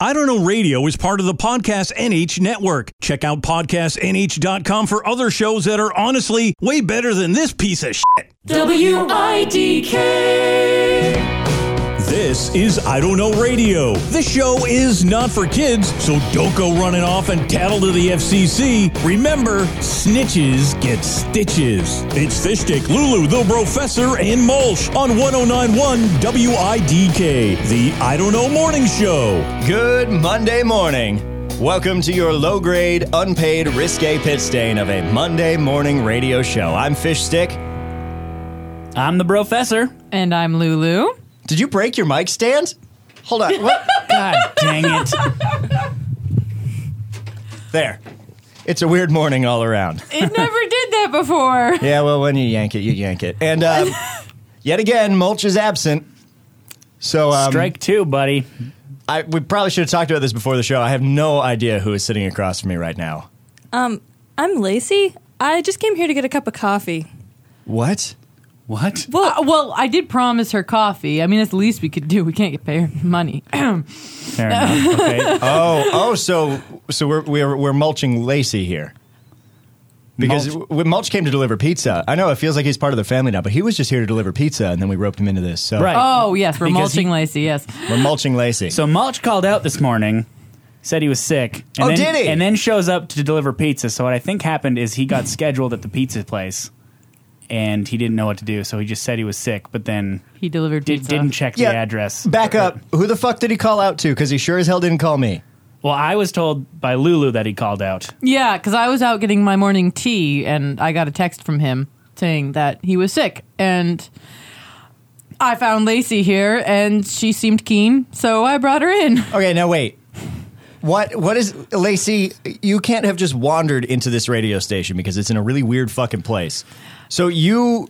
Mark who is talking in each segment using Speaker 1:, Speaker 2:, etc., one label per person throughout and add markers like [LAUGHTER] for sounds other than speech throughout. Speaker 1: I Don't Know Radio is part of the Podcast NH network. Check out podcastnh.com for other shows that are honestly way better than this piece of shit.
Speaker 2: WIDK.
Speaker 1: This is I Don't Know Radio. This show is not for kids, so don't go running off and tattle to the FCC. Remember, snitches get stitches. It's Fishstick, Lulu, the Professor, and Mulch on 1091 WIDK, the I Don't Know Morning Show.
Speaker 3: Good Monday morning. Welcome to your low grade, unpaid, risque pit stain of a Monday morning radio show. I'm Fish Stick.
Speaker 4: I'm the professor.
Speaker 2: And I'm Lulu.
Speaker 3: Did you break your mic stand? Hold on. [LAUGHS] What?
Speaker 4: God dang it.
Speaker 3: there. It's a weird morning all around.
Speaker 5: [LAUGHS]
Speaker 2: It never did that before.
Speaker 3: Yeah, well, when you yank it, you yank it. And [LAUGHS] um, yet again, Mulch is absent. So [LAUGHS] um,
Speaker 4: Strike two, buddy.
Speaker 3: I, we probably should have talked about this before the show. I have no idea who is sitting across from me right now.
Speaker 5: I'm Lacey. I just came here to get a cup of coffee.
Speaker 3: What?
Speaker 4: What?
Speaker 2: Well, uh, well, I did promise her coffee. I mean, that's the least we could do. We can't get pay her
Speaker 5: [CLEARS THROAT]
Speaker 2: money.
Speaker 4: Fair enough. Okay.
Speaker 3: Oh, oh, so so we're we're we're mulching Lacey here. Because
Speaker 4: Mulch.
Speaker 3: w- when Mulch came to deliver pizza, I know it feels like he's part of the family now, but he was just here to deliver pizza, and then we roped him into this. So
Speaker 4: Right.
Speaker 2: oh, yes, we're
Speaker 4: Because
Speaker 2: mulching
Speaker 4: he-
Speaker 2: Lacey, yes.
Speaker 3: we're mulching Lacey.
Speaker 4: So Mulch called out this morning, said he was sick. And
Speaker 3: Oh,
Speaker 4: then,
Speaker 3: did he?
Speaker 4: And then shows up to deliver pizza. So what I think happened is he got scheduled at the pizza place, and he didn't know what to do. So he just said he was sick, but then
Speaker 2: He delivered
Speaker 4: did,
Speaker 2: pizza.
Speaker 4: didn't check
Speaker 3: Yeah,
Speaker 4: the address.
Speaker 3: Back up. Who the fuck did he call out to? Because he sure as hell didn't call me.
Speaker 4: Well, I was told by Lulu that he called out.
Speaker 2: Yeah, because I was out getting my morning tea and I got a text from him saying that he was sick. And I found Lacey here and she seemed keen, so I brought her in.
Speaker 3: Okay, now wait. What what is Lacey? You can't have just wandered into this radio station because it's in a really weird fucking place. So you,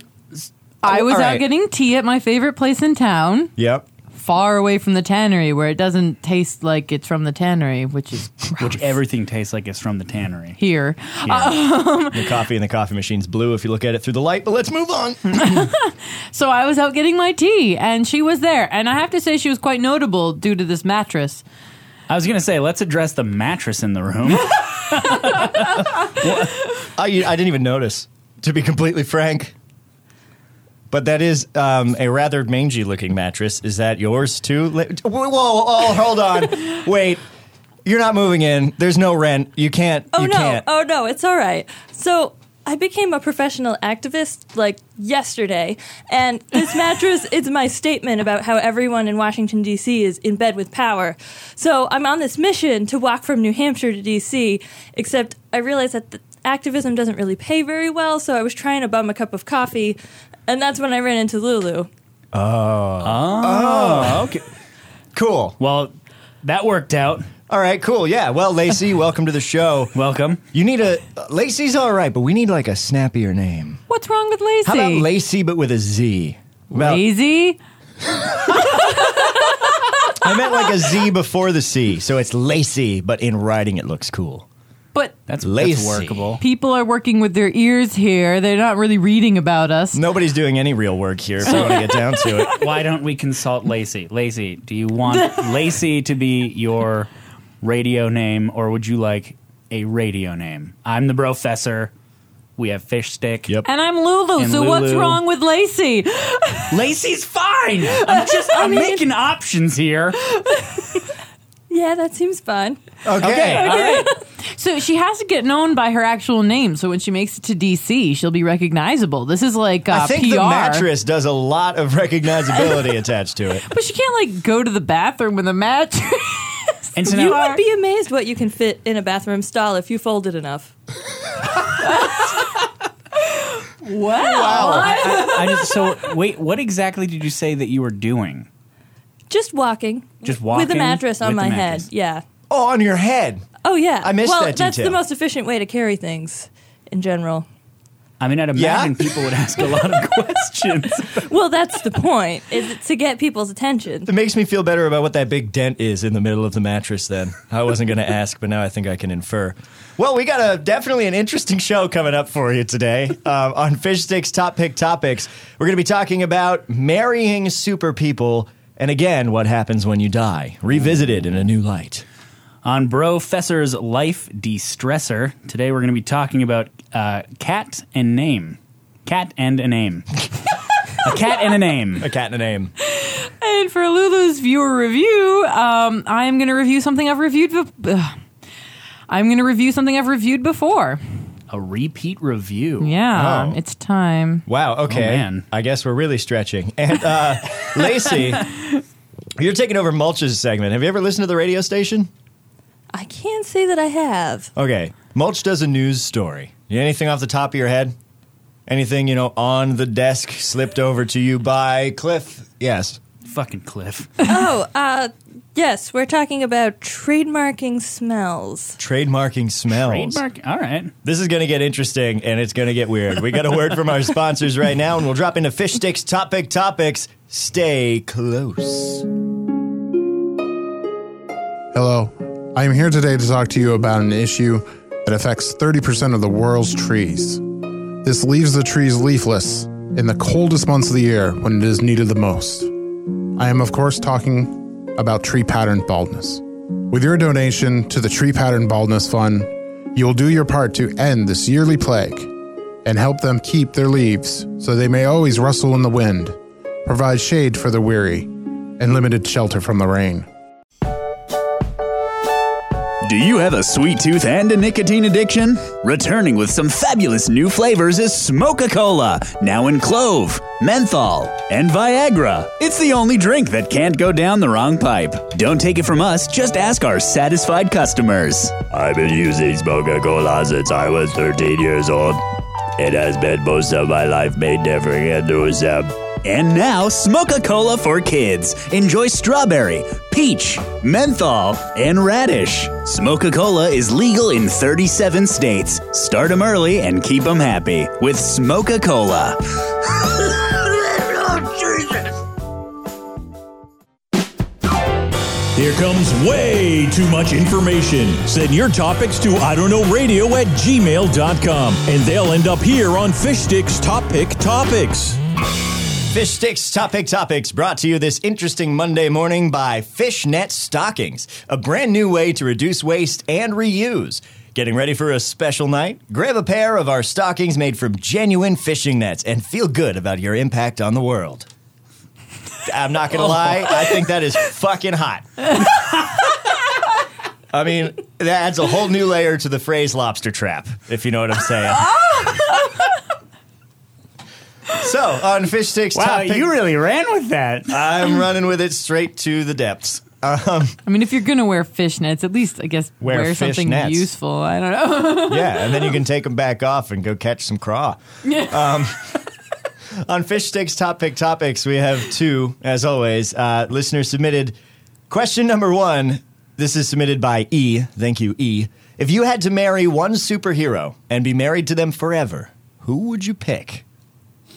Speaker 2: I was
Speaker 3: all
Speaker 2: out
Speaker 3: right.
Speaker 2: getting tea at my favorite place in town,
Speaker 3: yep.
Speaker 2: far away from the tannery where it doesn't taste like it's from the tannery, which is [LAUGHS]
Speaker 4: Which everything tastes like it's from the tannery.
Speaker 2: here.
Speaker 3: The coffee in the coffee machine's blue if you look at it through the light. But let's move
Speaker 5: [LAUGHS]
Speaker 3: on.
Speaker 2: So I was out getting my tea, and she was there. And I have to say, she was quite notable due to this mattress.
Speaker 4: I was gonna say, let's address the mattress in the room. [LAUGHS]
Speaker 3: I, I didn't even notice, to be completely frank. But that is um, a rather mangy looking mattress. Is that yours too? La- Whoa, whoa, whoa, hold
Speaker 5: [LAUGHS]
Speaker 3: on. Wait. You're not moving in. There's no rent. You can't.
Speaker 5: Oh
Speaker 3: you
Speaker 5: no.
Speaker 3: can't.
Speaker 5: Oh no, it's all right. So, I became a professional activist like yesterday, and
Speaker 2: [LAUGHS]
Speaker 5: this mattress is my statement about how everyone in Washington D.C. is in bed with power. So, I'm on this mission to walk from New Hampshire to D.C., except I realized that the activism doesn't really pay very well, so I was trying to bum a cup of coffee, and that's when I ran into Lulu.
Speaker 4: oh, okay.
Speaker 3: Cool.
Speaker 4: Well, that worked out.
Speaker 3: All right, cool. Yeah. Well, Lacey, [LAUGHS] welcome to the show.
Speaker 4: Welcome.
Speaker 3: You need a. Lacey's all right, but we need like a snappier name.
Speaker 2: What's wrong with Lacey?
Speaker 3: How about Lacey, but with a Z? About-
Speaker 2: Lazy?
Speaker 3: I meant like a Z before the C. So it's Lacey, but in writing it looks cool.
Speaker 2: But
Speaker 4: That's, that's
Speaker 3: Lacey.
Speaker 4: workable.
Speaker 2: people are working with their ears here. They're not really reading about us.
Speaker 3: Nobody's doing any real work here if you want to get down to it.
Speaker 4: [LAUGHS] Why don't we consult Lacey? Lacey, do you want Lacey to be your radio name, or would you like a radio name? I'm the professor. We have fish stick.
Speaker 3: Yep.
Speaker 2: And I'm Lulu,
Speaker 4: And
Speaker 2: so what's
Speaker 4: Lulu.
Speaker 2: wrong with Lacey?
Speaker 4: Lacey's fine. I'm just I'm making options here.
Speaker 5: Yeah, that seems fun.
Speaker 3: [LAUGHS] Okay. Uh,
Speaker 4: All right.
Speaker 2: So she has to get known by her actual name, so when she makes it to DC, she'll be recognizable. This is like uh,
Speaker 3: I think
Speaker 2: PR.
Speaker 3: the mattress does a lot of recognizability attached to it.
Speaker 2: But she can't, like, go to the bathroom with a mattress. [LAUGHS]
Speaker 4: And so
Speaker 5: you
Speaker 4: now,
Speaker 5: would be amazed what you can fit in a bathroom stall if you fold it enough.
Speaker 2: wow.
Speaker 4: I, I just, so wait, what exactly did you say that you were doing?
Speaker 5: Just walking.
Speaker 4: Just
Speaker 5: With
Speaker 4: walking
Speaker 5: a mattress on
Speaker 4: with the
Speaker 5: my
Speaker 4: mattress.
Speaker 5: head. Yeah.
Speaker 3: Oh, on your head.
Speaker 5: Oh, yeah.
Speaker 3: I missed
Speaker 5: well,
Speaker 3: that
Speaker 5: that's the
Speaker 3: detail.
Speaker 5: most efficient way to carry things in general.
Speaker 4: I mean, I'd
Speaker 3: Yeah?
Speaker 4: imagine people would ask a lot of [LAUGHS] questions.
Speaker 5: Well, that's the point, is it to get people's attention.
Speaker 3: It makes me feel better about what that big dent is in the middle of the mattress then. I wasn't going to ask, but now I think I can infer. Well, we got a definitely an interesting show coming up for you today uh, on Fish Sticks Top Pick Topics. We're going to be talking about marrying super people And again, what happens when you die? Revisited in a new light.
Speaker 4: on Bro Fessor's Life De-Stressor. Today we're going to be talking about uh, cat and name. Cat and a name. a cat and a name.
Speaker 3: A cat and a name.
Speaker 2: And for Lulu's viewer review, um, I'm going to review something I've reviewed. Be- ugh. I'm going to review something I've reviewed before.
Speaker 4: A repeat review.
Speaker 2: Yeah,
Speaker 3: Oh.
Speaker 2: it's time.
Speaker 3: Wow. Okay.
Speaker 4: man.
Speaker 3: I guess we're really stretching. And uh, Lacey, you're taking over Mulch's segment. Have you ever listened to the radio station?
Speaker 5: I can't say that I have.
Speaker 3: Okay. Mulch does a news story. You anything off the top of your head? Anything, you know, on the desk slipped over to you by Cliff? Yes.
Speaker 4: Fucking Cliff.
Speaker 5: oh, uh, yes, we're talking about trademarking smells.
Speaker 3: Trademarking smells.
Speaker 4: Trademark. All right.
Speaker 3: This is going to get interesting and it's going to get weird. We got a word from our [LAUGHS] sponsors right now and we'll drop into fish sticks topic topics. Stay close.
Speaker 6: Hello. I am here today to talk to you about an issue that affects 30% of the world's trees. This leaves the trees leafless in the coldest months of the year when it is needed the most. I am, of course, talking about tree pattern baldness. With your donation to the Tree Pattern Baldness Fund, you'll do your part to end this yearly plague and help them keep their leaves so they may always rustle in the wind, provide shade for the weary, and limited shelter from the rain.
Speaker 7: Do you have a sweet tooth and a nicotine addiction? Returning with some fabulous new flavors is Smoca Cola, now in clove, menthol, and Viagra. It's the only drink that can't go down the wrong pipe. Don't take it from us, just ask our satisfied customers.
Speaker 8: I've been using Coca Cola since I was 13 years old. It has been most of my life made different into a sap.
Speaker 7: And now, Smoca Cola for kids. Enjoy strawberry, peach, menthol, and radish. Smoca Cola is legal in 37 states. Start 'em early and keep 'em happy with Smoca Cola.
Speaker 1: Here comes way too much information. Send your topics to I don't know radio at gmail.com and they'll end up here on Fish Sticks Topic Topics.
Speaker 3: Fish Sticks Topic Topics brought to you this interesting Monday morning by Fishnet Stockings, a brand new way to reduce waste and reuse. Getting ready for a special night? Grab a pair of our stockings made from genuine fishing nets and feel good about your impact on the world. I'm not
Speaker 4: [LAUGHS] Oh.
Speaker 3: gonna lie, I think that is fucking hot. I mean, that adds a whole new layer to the phrase lobster trap, if you know what I'm
Speaker 4: [LAUGHS]
Speaker 3: saying. So, on Fish Sticks
Speaker 4: Wow, Uh,
Speaker 3: Topic
Speaker 4: you really ran with that.
Speaker 3: I'm running with it straight to the depths.
Speaker 2: I mean, if you're going to wear fishnets, at least, I guess,
Speaker 3: Wear
Speaker 2: wear, something
Speaker 3: fishnets.
Speaker 2: useful. I don't know.
Speaker 3: Yeah, and then you can take them back off and go catch some craw.
Speaker 2: [LAUGHS]
Speaker 3: Um, on Fish Sticks Top Pick Topics, we have two, as always. Uh, listener submitted question number one. This is submitted by E. Thank you, E. If you had to marry one superhero and be married to them forever, who would you pick?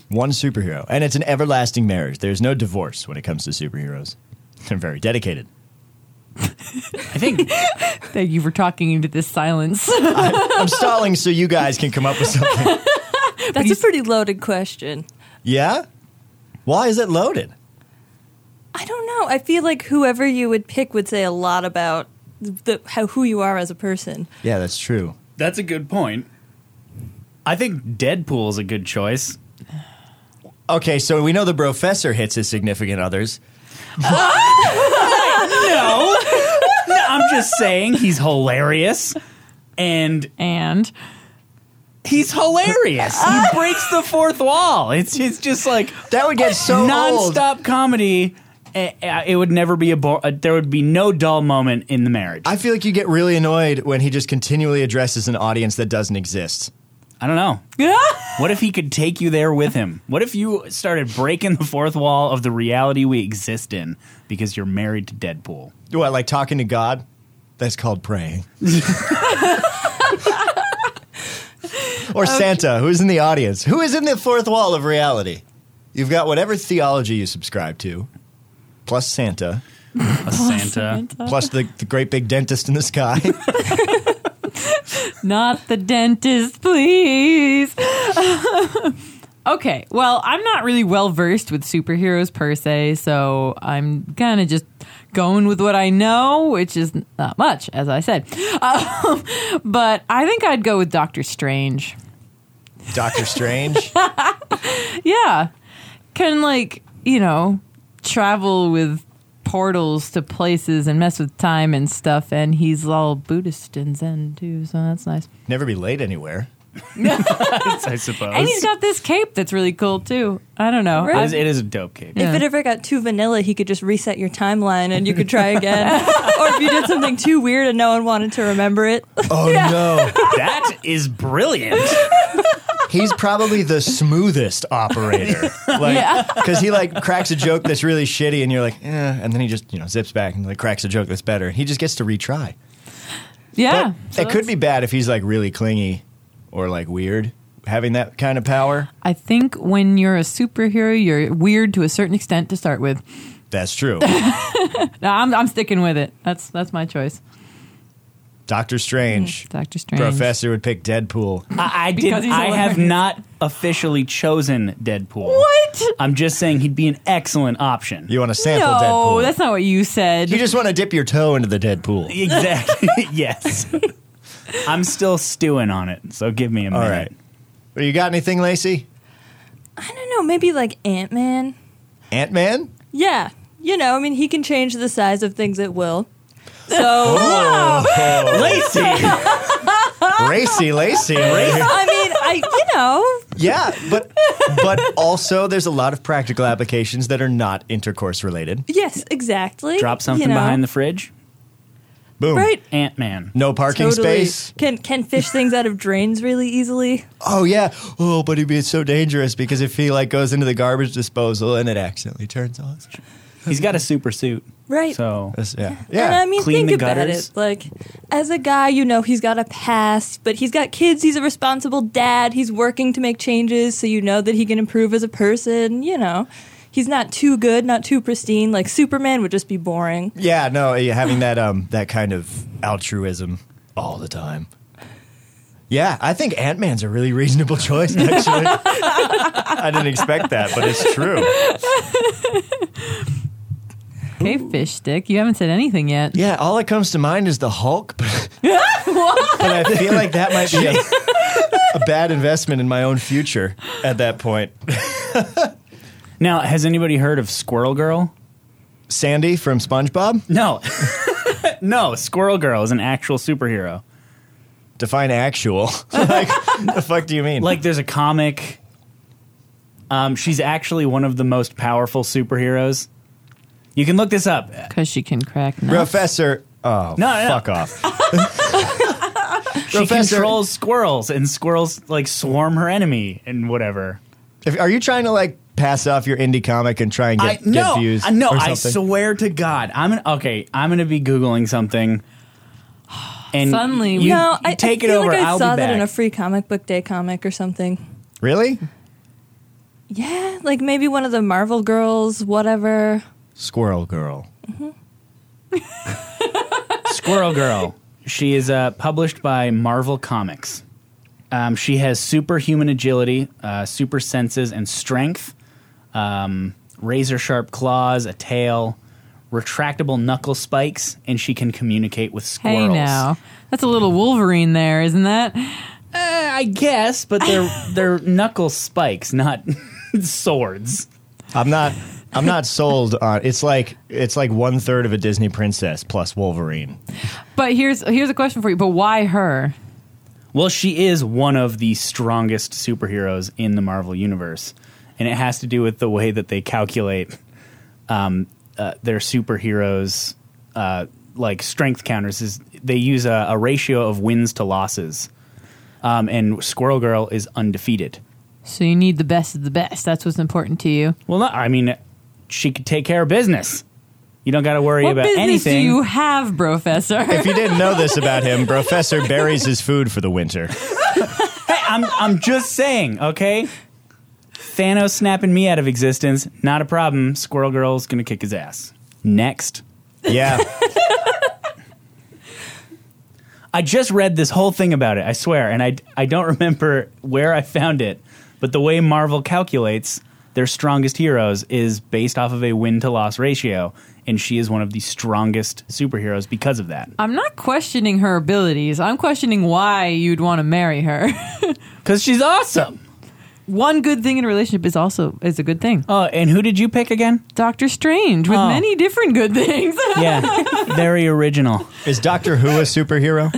Speaker 3: One superhero. And it's an everlasting marriage. There's no divorce when it comes to superheroes. They're very dedicated. [LAUGHS]
Speaker 4: I think
Speaker 2: Thank you for talking into this silence. [LAUGHS]
Speaker 3: I'm stalling so you guys can come up with something.
Speaker 5: That's a pretty loaded question.
Speaker 3: Yeah? Why is it loaded?
Speaker 5: I don't know. I feel like whoever you would pick would say a lot about the, how who you are as a person.
Speaker 3: Yeah, that's true.
Speaker 4: that's a good point. I think Deadpool's a good choice.
Speaker 3: Okay, so we know the professor hits his significant others.
Speaker 4: No. no I'm just saying he's hilarious. And
Speaker 2: and
Speaker 4: he's hilarious.
Speaker 2: [LAUGHS]
Speaker 4: He breaks the fourth wall. It's, it's just like
Speaker 3: That would get so old.
Speaker 4: nonstop comedy. Eh, eh, It would never be a bore. uh, There would be no dull moment in the marriage.
Speaker 3: I feel like you get really annoyed when he just continually addresses an audience that doesn't exist.
Speaker 4: I
Speaker 2: [LAUGHS]
Speaker 4: don't know. What if he could take you there with him? What if you started breaking the fourth wall of the reality we exist in because you're married to Deadpool?
Speaker 3: What, like talking to God? That's called [LAUGHS] praying. or Santa, who's in the audience? Who is in the fourth wall of reality? You've got whatever theology you subscribe to, plus Santa,
Speaker 4: A Santa.
Speaker 3: plus the, the great big dentist in the sky. [LAUGHS]
Speaker 2: not the dentist, please. [LAUGHS] Okay. Well, I'm not really well versed with superheroes per se, so I'm kind of just going with what I know, which is not much, as I said. [LAUGHS] Um, but I think I'd go with Doctor Strange.
Speaker 3: Doctor Strange.
Speaker 2: Yeah. Can, like, you know, travel with portals to places and mess with time and stuff. And he's all Buddhist and Zen, too, so that's nice.
Speaker 3: Never be late anywhere.
Speaker 4: [LAUGHS] I suppose.
Speaker 2: And he's got this cape that's really cool, too. I don't know.
Speaker 5: Really?
Speaker 4: it, is, it is a dope cape.
Speaker 2: Yeah.
Speaker 5: If it ever got too vanilla, he could just reset your timeline and you could try again. or if you did something too weird and no one wanted to remember it.
Speaker 2: [LAUGHS]
Speaker 3: Oh no.
Speaker 4: that is brilliant.
Speaker 3: He's probably the smoothest operator.
Speaker 2: [LAUGHS]
Speaker 3: Like cuz he like cracks a joke that's really shitty and you're like, "Eh," and then he just, you know, zips back and like cracks a joke that's better. He just gets to retry.
Speaker 2: yeah.
Speaker 3: But
Speaker 2: So
Speaker 3: it could be bad if he's like really clingy or like weird having that kind of power.
Speaker 2: I think when you're a superhero, you're weird to a certain extent to start with.
Speaker 3: That's true.
Speaker 2: [LAUGHS] No, I'm, I'm sticking with it. That's that's my choice.
Speaker 3: Doctor Strange.
Speaker 2: Mm, Doctor Strange.
Speaker 3: Professor would pick Deadpool.
Speaker 4: I, I
Speaker 2: Because
Speaker 4: did.
Speaker 2: he's
Speaker 4: I have
Speaker 2: hilarious.
Speaker 4: not officially chosen Deadpool.
Speaker 2: What?
Speaker 4: I'm just saying he'd be an excellent option.
Speaker 3: You want to sample
Speaker 2: No,
Speaker 3: Deadpool.
Speaker 2: that's not what you said.
Speaker 3: you just want to dip your toe into the Deadpool.
Speaker 4: Exactly.
Speaker 2: [LAUGHS]
Speaker 4: yes. I'm still stewing on it, so give me a
Speaker 3: All
Speaker 4: minute.
Speaker 3: right. Well, you got anything, Lacey?
Speaker 5: I don't know, maybe like Ant Man.
Speaker 3: Ant Man?
Speaker 5: Yeah. You know, I mean, he can change the size of things at will. So,
Speaker 2: Oh.
Speaker 4: Lacey,
Speaker 3: Racy [LAUGHS] Lacey.
Speaker 2: [LAUGHS]
Speaker 5: I mean, I, you know,
Speaker 3: yeah, but but also there's a lot of practical applications that are not intercourse related.
Speaker 5: yes, exactly.
Speaker 4: drop something behind the fridge.
Speaker 3: Boom.
Speaker 5: Right.
Speaker 4: Ant Man.
Speaker 3: No parking
Speaker 5: Totally.
Speaker 3: space.
Speaker 5: Can, can fish things out of drains really easily.
Speaker 3: Oh yeah. Oh, but it'd be so dangerous because if he like goes into the garbage disposal and it accidentally turns on.
Speaker 4: He's got a super suit.
Speaker 5: Right.
Speaker 4: So
Speaker 3: That's- yeah.
Speaker 5: And
Speaker 3: Yeah.
Speaker 5: I mean,
Speaker 4: Clean
Speaker 5: think
Speaker 4: the
Speaker 5: about
Speaker 4: gutters.
Speaker 5: it. Like, as a guy, you know, he's got a past, but he's got kids. He's a responsible dad. He's working to make changes, so you know that he can improve as a person. You know, he's not too good, not too pristine. Like Superman would just be boring.
Speaker 3: yeah, no, yeah, having that um that kind of altruism all the time. Yeah, I think Ant Man's a really reasonable [LAUGHS] choice, actually. I didn't expect that, but it's true.
Speaker 2: okay, fish stick. You haven't said anything yet.
Speaker 3: Yeah, all that comes to mind is the Hulk,
Speaker 4: [LAUGHS]
Speaker 3: but, but I feel like that might be a, a bad investment in my own future at that point.
Speaker 4: now, has anybody heard of Squirrel Girl?
Speaker 3: Sandy from SpongeBob,
Speaker 4: No. [LAUGHS] no, Squirrel Girl is an actual superhero.
Speaker 3: define actual. [LAUGHS] like, the fuck do you mean?
Speaker 4: Like, there's a comic. Um, she's actually one of the most powerful superheroes. You can look this up.
Speaker 2: Because she can crack nuts.
Speaker 3: Professor. Oh,
Speaker 4: No, no, no.
Speaker 3: fuck off.
Speaker 4: She
Speaker 3: Professor-
Speaker 4: controls squirrels, and squirrels like swarm her enemy and whatever.
Speaker 3: If, are you trying to like pass off your indie comic and try and get,
Speaker 4: I no,
Speaker 3: get views?
Speaker 4: I, no,
Speaker 3: or
Speaker 4: I
Speaker 3: something?
Speaker 4: swear to God, I'm gonna, okay. I'm gonna be googling something, and
Speaker 2: Suddenly we-
Speaker 4: you,
Speaker 5: no,
Speaker 4: you
Speaker 5: I
Speaker 4: take
Speaker 5: I
Speaker 4: it
Speaker 5: feel
Speaker 4: over.
Speaker 5: Like I
Speaker 4: will
Speaker 5: saw
Speaker 4: be back.
Speaker 5: that in a free comic book day comic or something.
Speaker 3: Really?
Speaker 5: Yeah, like maybe one of the Marvel girls, whatever.
Speaker 3: Squirrel Girl.
Speaker 4: Squirrel Girl. She is uh, published by Marvel Comics. Um, she has superhuman agility, uh, super senses, and strength, um, razor sharp claws, a tail, retractable knuckle spikes, and she can communicate with
Speaker 2: Hey
Speaker 4: squirrels.
Speaker 2: now, that's a little Wolverine there, isn't that?
Speaker 4: Uh, I guess, but they're they're knuckle spikes, not [LAUGHS] swords.
Speaker 3: I'm not. I'm not sold on. It's like it's like one third of a Disney princess plus Wolverine.
Speaker 2: But here's here's a question for you. But why her?
Speaker 4: Well, she is one of the strongest superheroes in the Marvel universe, and it has to do with the way that they calculate um, uh, their superheroes' uh, like strength counters. Is they use a, a ratio of wins to losses, um, and Squirrel Girl is undefeated.
Speaker 2: So you need the best of the best. That's what's important to you.
Speaker 4: Well, not, I mean, she could take care of business. You don't got to worry
Speaker 2: What
Speaker 4: about
Speaker 2: business
Speaker 4: anything.
Speaker 2: do you have, Professor?
Speaker 3: If you didn't know this about him, Professor buries his food for the winter.
Speaker 4: I'm I'm just saying, okay? Thanos snapping me out of existence, not a problem. Squirrel Girl's gonna kick his ass. Next.
Speaker 3: Yeah.
Speaker 4: [LAUGHS] I just read this whole thing about it, I swear, and I, I don't remember where I found it. But the way Marvel calculates their strongest heroes is based off of a win to loss ratio, and she is one of the strongest superheroes because of that.
Speaker 2: I'm not questioning her abilities. I'm questioning why you'd want to marry her. [LAUGHS]
Speaker 4: Because she's awesome.
Speaker 2: One good thing in a relationship is also is a good thing.
Speaker 4: Oh, and who did you pick again?
Speaker 2: Doctor Strange with
Speaker 4: Oh.
Speaker 2: many different good things. [LAUGHS]
Speaker 4: Yeah, very original.
Speaker 3: Is Doctor Who a superhero?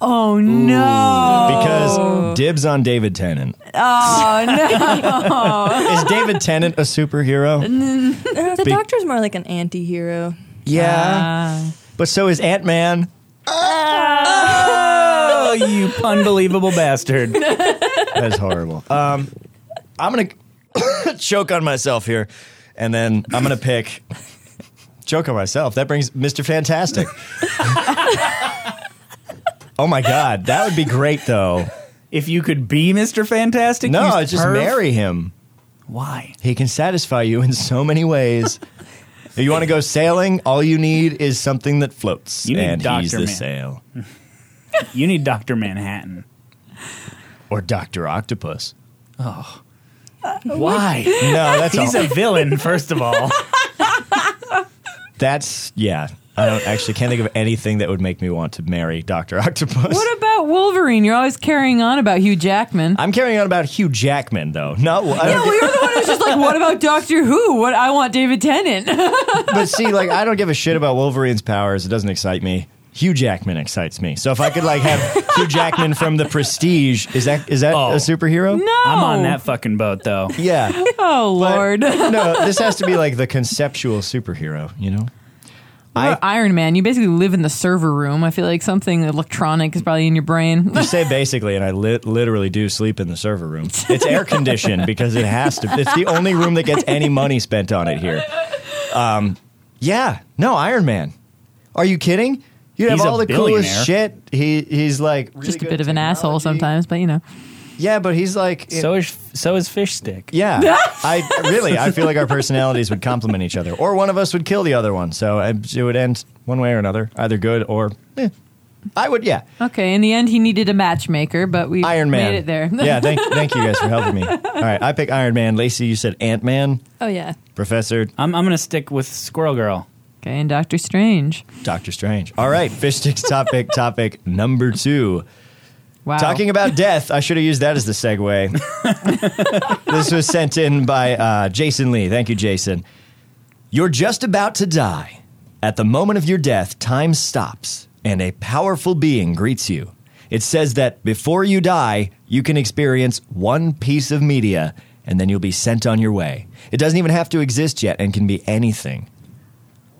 Speaker 2: oh no.
Speaker 3: Because dibs on David Tennant.
Speaker 2: Oh no.
Speaker 3: Is David Tennant a superhero?
Speaker 5: Uh, the
Speaker 3: Big-
Speaker 5: doctor's more like an anti-hero.
Speaker 3: Yeah. But so is Ant Man.
Speaker 4: Oh, you unbelievable bastard.
Speaker 3: That's horrible. Um, I'm gonna [COUGHS] choke on myself here, and then I'm gonna pick choke on myself. That brings Mr. Fantastic. oh my god, that would be great though.
Speaker 4: If you could be Mr. Fantastic,
Speaker 3: No,
Speaker 4: you
Speaker 3: I just
Speaker 4: perv.
Speaker 3: marry him.
Speaker 4: Why?
Speaker 3: He can satisfy you in so many ways. if you want to go sailing, all you need is something that floats,
Speaker 4: You need
Speaker 3: and he's
Speaker 4: Dr.
Speaker 3: the
Speaker 4: Man.
Speaker 3: sail
Speaker 4: You need Dr. Manhattan.
Speaker 3: or Doctor Octopus.
Speaker 4: Why?
Speaker 3: No, that's
Speaker 4: [LAUGHS] He's
Speaker 3: all.
Speaker 4: a villain, first of all.
Speaker 3: that's yeah. I don't actually can't think of anything that would make me want to marry Doctor Octopus.
Speaker 2: What about Wolverine? You're always carrying on about Hugh Jackman.
Speaker 3: I'm carrying on about Hugh Jackman, though. No, I
Speaker 2: Well,
Speaker 3: don't
Speaker 2: you're the one who's just like, what about Doctor Who? What I want David Tennant. [LAUGHS]
Speaker 3: give- but see, like, I don't give a shit about Wolverine's powers. It doesn't excite me. Hugh Jackman excites me. So if I could like
Speaker 4: [LAUGHS]
Speaker 3: have Hugh Jackman from The Prestige, is that is that
Speaker 4: Oh.
Speaker 3: a superhero?
Speaker 2: No.
Speaker 4: I'm on that fucking boat, though.
Speaker 3: Yeah.
Speaker 2: [LAUGHS] Oh
Speaker 3: But-
Speaker 2: Lord. [LAUGHS]
Speaker 3: [LAUGHS] no, this has to be like [LAUGHS] the conceptual superhero. You know.
Speaker 2: Or Iron Man, you basically live in the server room. I feel like something electronic is probably in your brain. [LAUGHS]
Speaker 3: You say basically, and I li- literally do sleep in the server [LAUGHS] room. It's air conditioned because it has to. It's the only room that gets any money spent on it here. Um, yeah, no Iron Man. Are you kidding? You have
Speaker 4: He's a
Speaker 3: all the coolest
Speaker 4: billionaire.
Speaker 3: shit. He he's like really
Speaker 2: just a
Speaker 3: good
Speaker 2: bit of an asshole
Speaker 3: technology.
Speaker 2: sometimes, but you know.
Speaker 3: Yeah, but he's like
Speaker 4: So is so is fish stick.
Speaker 2: [LAUGHS]
Speaker 3: yeah. I really I feel like our personalities would complement each other, or one of us would kill the other one. So I, it would end one way or another, either good or. eh. I would yeah.
Speaker 2: Okay, in the end, he needed a matchmaker, but we
Speaker 3: Iron Man.
Speaker 2: made it there. [LAUGHS]
Speaker 3: yeah, thank, thank you guys for helping me. All right, I pick Iron Man. Lacey, you said Ant Man.
Speaker 5: Oh yeah.
Speaker 3: Professor
Speaker 4: I'm I'm gonna stick with Squirrel Girl.
Speaker 2: okay, and Doctor Strange.
Speaker 3: Doctor Strange. All right, fish sticks topic topic number two.
Speaker 2: Wow.
Speaker 3: Talking about death, I should have used that as the segue. this was sent in by uh, Jason Lee. Thank you, Jason. You're just about to die. At the moment of your death, time stops and a powerful being greets you. It says that before you die, you can experience one piece of media and then you'll be sent on your way. It doesn't even have to exist yet and can be anything.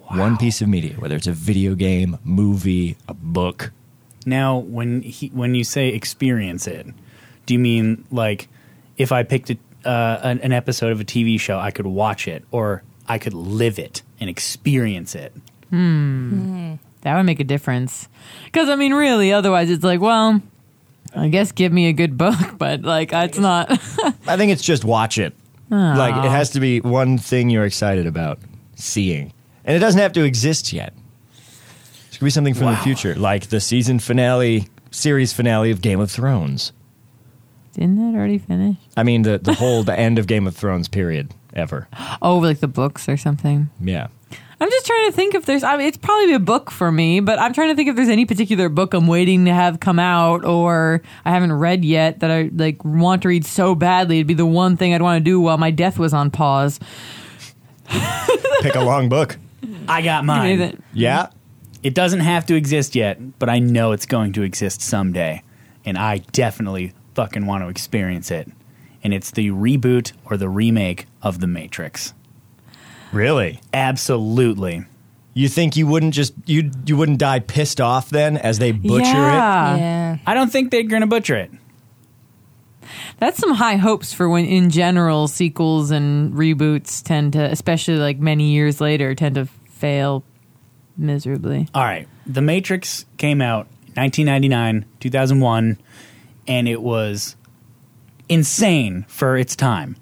Speaker 3: One piece of media, whether it's a video game, movie, a book.
Speaker 4: Now, when he, when you say experience it, do you mean like if I picked a, uh, an, an episode of a TV show, I could watch it, or I could live it and experience it?
Speaker 2: that would make a difference, because I mean, really, otherwise, it's like, well, I guess give me a good [LAUGHS] book, but like, it's not. [LAUGHS]
Speaker 3: I think it's just watch it. Like it has to be one thing you're excited about seeing, and it doesn't have to exist yet. It could be something from the future, like the season finale, series finale of Game of Thrones.
Speaker 2: Didn't that already finish?
Speaker 3: I mean, the the whole the end of Game of Thrones period ever.
Speaker 2: Oh, like the books or something.
Speaker 3: Yeah,
Speaker 2: I'm just trying to think if there's. I mean, it's probably a book for me, but I'm trying to think if there's any particular book I'm waiting to have come out or I haven't read yet that I like want to read so badly. It'd be the one thing I'd want to do while my death was on pause.
Speaker 3: pick a long book.
Speaker 4: I got mine.
Speaker 2: Anything-
Speaker 3: Yeah,
Speaker 4: It doesn't have to exist yet, but I know it's going to exist someday. And I definitely fucking want to experience it. And it's the reboot or the remake of The Matrix.
Speaker 3: really.
Speaker 4: Absolutely.
Speaker 3: You think you wouldn't just you you wouldn't die pissed off then as they butcher it?
Speaker 4: Ah.
Speaker 2: yeah.
Speaker 5: yeah.
Speaker 4: I don't think they're going to butcher it.
Speaker 2: That's some high hopes for when, in general, sequels and reboots tend to, especially like many years later, tend to fail miserably.
Speaker 4: All right. The Matrix came out 1999, 2001, and it was insane for its time.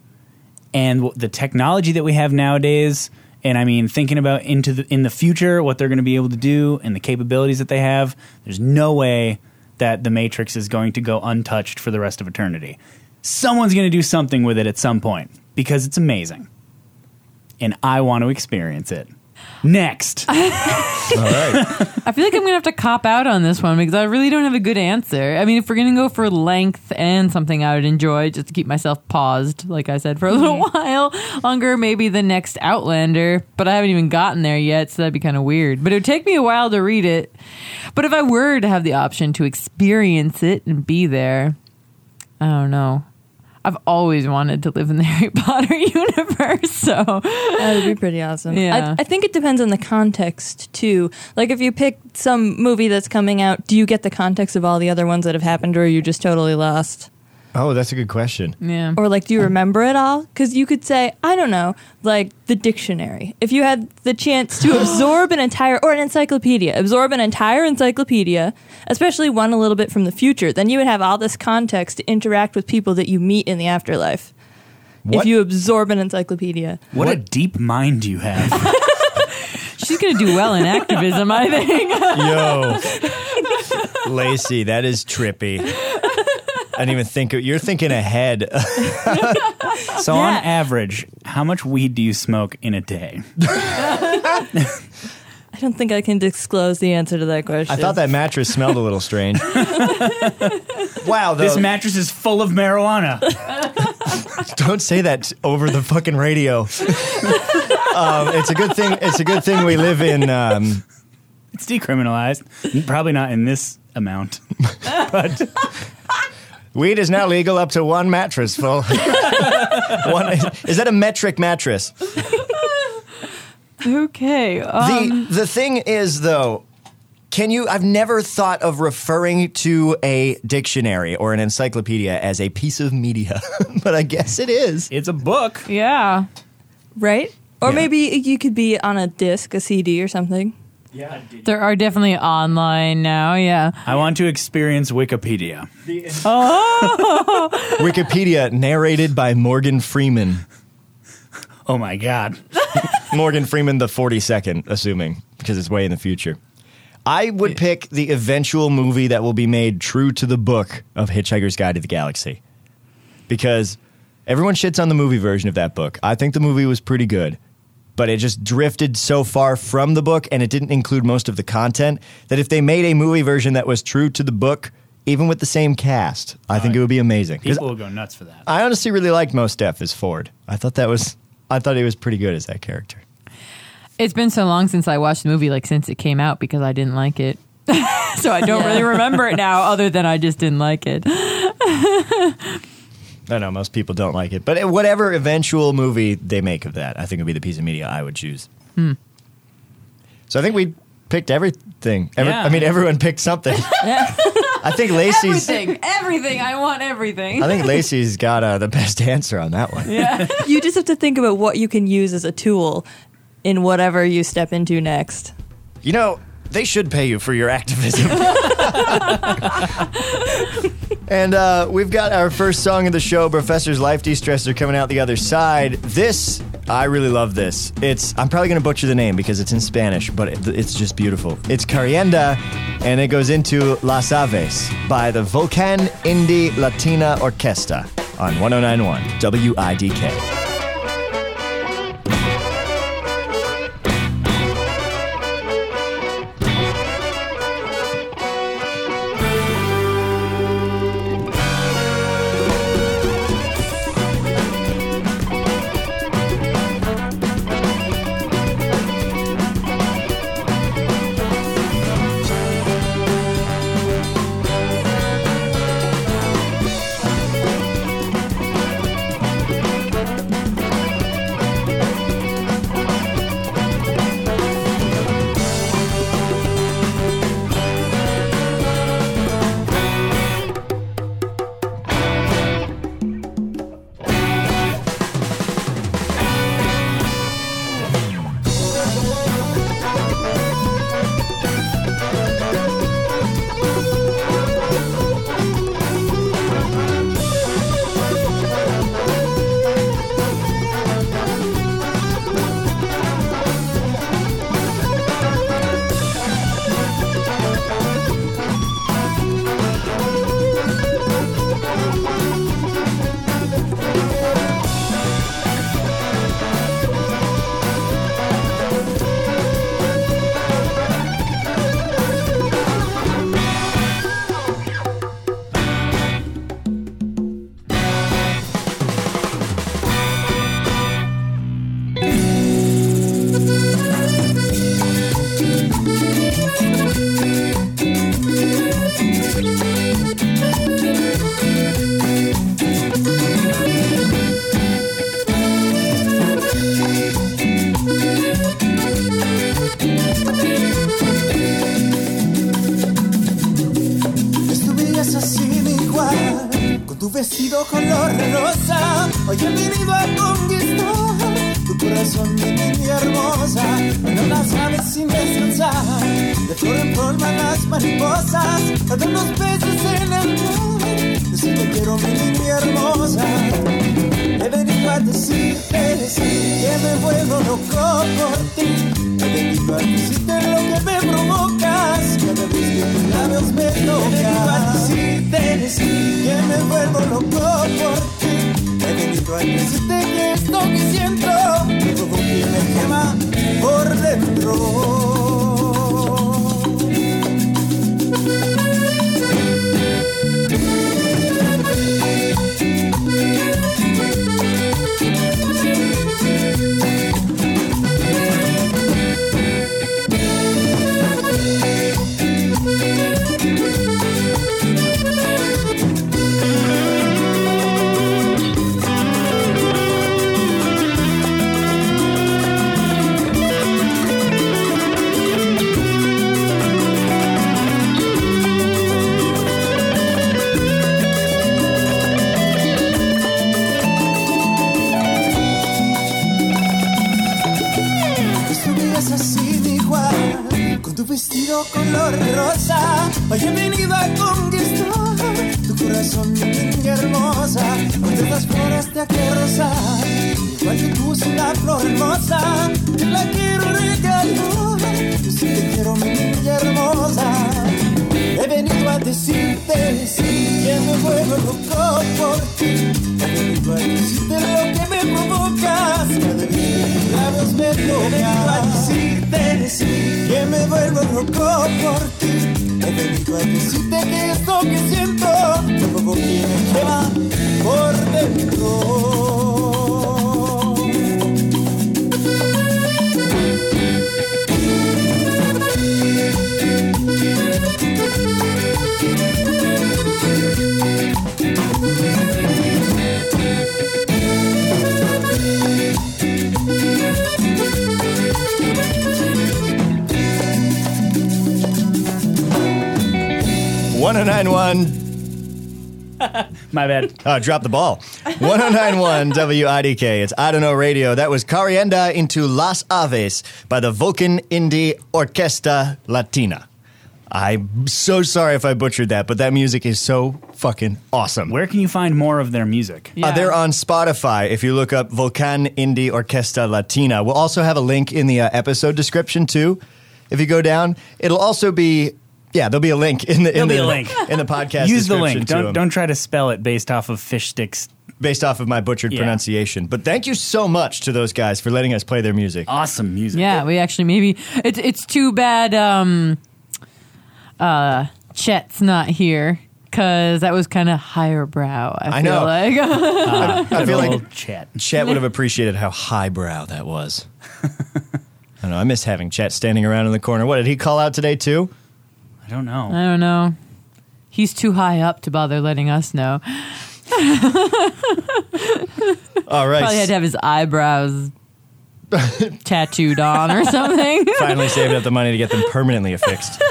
Speaker 4: And w- the technology that we have nowadays, and I mean thinking about into the in the future what they're going to be able to do and the capabilities that they have, there's no way that the Matrix is going to go untouched for the rest of eternity. someone's going to do something with it at some point because it's amazing. And I want to experience it. Next.
Speaker 6: All right.
Speaker 2: I feel like I'm gonna have to cop out on this one because I really don't have a good answer. I mean, if we're gonna go for length and something I would enjoy, just to keep myself paused, like I said, for a little while longer, maybe the next Outlander. But I haven't even gotten there yet, so that'd be kind of weird. But it would take me a while to read it. But if I were to have the option to experience it and be there, I don't know. I've always wanted to live in the [LAUGHS] Harry Potter universe, so
Speaker 5: That would be pretty awesome.
Speaker 2: Yeah.
Speaker 5: I, I think it depends on the context too. Like if you pick some movie that's coming out, do you get the context of all the other ones that have happened, or are you just totally lost?
Speaker 3: Oh, that's a good question.
Speaker 2: yeah.
Speaker 5: Or like, do you remember it all? Because you could say, I don't know, like the dictionary. If you had the chance to absorb an entire or an encyclopedia, absorb an entire encyclopedia, especially one a little bit from the future, then you would have all this context to interact with people that you meet in the afterlife.
Speaker 3: What?
Speaker 5: If you absorb an encyclopedia.
Speaker 4: what a deep mind you have.
Speaker 2: She's gonna do well in activism, I think. [LAUGHS]
Speaker 3: Yo, Lacey, that is trippy. I didn't even think of, you're thinking ahead.
Speaker 4: So, on
Speaker 5: Yeah.
Speaker 4: average, how much weed do you smoke in a day?
Speaker 5: I don't think I can disclose the answer to that question.
Speaker 3: I thought that mattress smelled a little strange. wow,
Speaker 4: This
Speaker 3: though,
Speaker 4: mattress is full of marijuana. [LAUGHS]
Speaker 3: don't say that over the fucking radio. um, it's a good thing. It's a good thing we live in. Um,
Speaker 4: It's decriminalized. Probably not in this amount.
Speaker 3: weed is now legal up to one mattress full. [LAUGHS] one, is that a metric mattress?
Speaker 2: Okay. Um,
Speaker 3: the the thing is though can you i've never thought of referring to a dictionary or an encyclopedia as a piece of media [LAUGHS] but i guess it
Speaker 4: [LAUGHS]
Speaker 3: is
Speaker 4: It's a book.
Speaker 2: yeah.
Speaker 5: right? Or
Speaker 3: Yeah.
Speaker 5: maybe you could be on a disc, a CD, or something.
Speaker 4: Yeah.
Speaker 2: There are definitely online now, yeah.
Speaker 4: I want to experience Wikipedia.
Speaker 3: wikipedia narrated by morgan freeman
Speaker 4: Oh my god.
Speaker 3: morgan freeman the 42nd assuming because it's way in the future i would pick the eventual movie that will be made true to the book of hitchhiker's guide to the galaxy because everyone shits on the movie version of that book. I think the movie was pretty good, but it just drifted so far from the book and it didn't include most of the content that if they made a movie version that was true to the book, even with the same cast, I think it would be amazing. 'Cause
Speaker 4: People will go nuts for that.
Speaker 3: I honestly really liked most Def as Ford. I thought that was I thought he was pretty good as that character.
Speaker 2: It's been so long since I watched the movie, like since it came out, because I didn't like it. [LAUGHS] so I don't
Speaker 5: Yeah.
Speaker 2: really remember it now, other than I just didn't like it.
Speaker 3: I know most people don't like it, but it- whatever eventual movie they make of that, I think would be the piece of media I would choose. So I think we picked everything. Every,
Speaker 4: Yeah.
Speaker 3: I mean, everyone picked something. I think Lacey's.
Speaker 2: Everything, everything. I want everything.
Speaker 3: I think Lacey's got uh, the best answer on that one.
Speaker 5: you just have to think about what you can use as a tool in whatever you step into next.
Speaker 3: You know, they should pay you for your activism. and uh, we've got our first song of the show, Professor's Life De-Stressor, coming out the other side. This, I really love this. It's I'm probably going to butcher the name because it's in Spanish, but it, it's just beautiful. It's Carienda, and it goes into Las Aves by the Volcan Indie Latina Orquesta on 1091 WIDK.
Speaker 9: Tu vestido color rosa, hoy he venido a conquistar tu corazón, mi niña hermosa. No las aves sin descansar, de flor en flor van las mariposas, dando los peces en el mar. Decir te quiero, mi niña hermosa. He venido a decirte que me vuelvo loco por ti. He venido a decirte lo que me provocas. Cada vez que tus labios me tocan. He venido a decirte que me vuelvo loco por ti. He venido a decirte que esto que siento me provoca y me quema por dentro. Estuvieras así de igual Con tu vestido color rosa Hoy he venido a conquistar Tu corazón, mi niña hermosa Con tantas flores de aquel rosal Igual que tú soy la flor hermosa Te la quiero regalar Yo sí te quiero, mi niña hermosa He venido a decirte sí, que me vuelvo loco por ti. He venido a decirte lo que me provocas. Cada vez que tus labios me tocan. He venido a decirte sí, que me vuelvo loco por ti. He venido a decirte que esto que siento me provoca y me quema por dentro.
Speaker 3: One zero nine one.
Speaker 4: My bad.
Speaker 3: Uh, drop the ball. 1091 WIDK. It's I Don't Know Radio. That was Carienda into Las Aves by the Vulcan Indie Orquesta Latina. I'm so sorry if I butchered that, but that music is so fucking awesome.
Speaker 4: Where can you find more of their music?
Speaker 3: Uh, they're on Spotify. If you look up Volcan Indie Orquesta Latina, we'll also have a link in the uh, episode description too. If you go down, it'll also be yeah, there'll be a link in the in
Speaker 4: There'll be
Speaker 3: the
Speaker 4: a link.
Speaker 3: in
Speaker 4: [LAUGHS]
Speaker 3: the podcast.
Speaker 4: Use the
Speaker 3: description
Speaker 4: link.
Speaker 3: to
Speaker 4: Don't
Speaker 3: 'em
Speaker 4: don't try to spell it based off of fish sticks.
Speaker 3: based off of my butchered
Speaker 4: Yeah.
Speaker 3: pronunciation. But thank you so much to those guys for letting us play their music.
Speaker 4: Awesome music.
Speaker 2: Yeah, we actually maybe it's it's too bad um uh Chet's not here cuz that was kind of higher brow. I,
Speaker 3: I
Speaker 2: feel
Speaker 3: know.
Speaker 2: like [LAUGHS] Ah,
Speaker 3: I feel like
Speaker 4: Old chat.
Speaker 3: Chet would have appreciated how highbrow
Speaker 2: [LAUGHS]
Speaker 3: that was. I don't know. I miss having Chet standing around in the corner. What did he call out today too?
Speaker 4: I don't
Speaker 2: I
Speaker 4: know.
Speaker 2: don't know. He's too high up to bother letting us know.
Speaker 3: All right.
Speaker 2: Probably had to have his eyebrows tattooed on or something.
Speaker 3: [LAUGHS] Finally saved up the money to get them
Speaker 2: [LAUGHS]
Speaker 3: permanently affixed.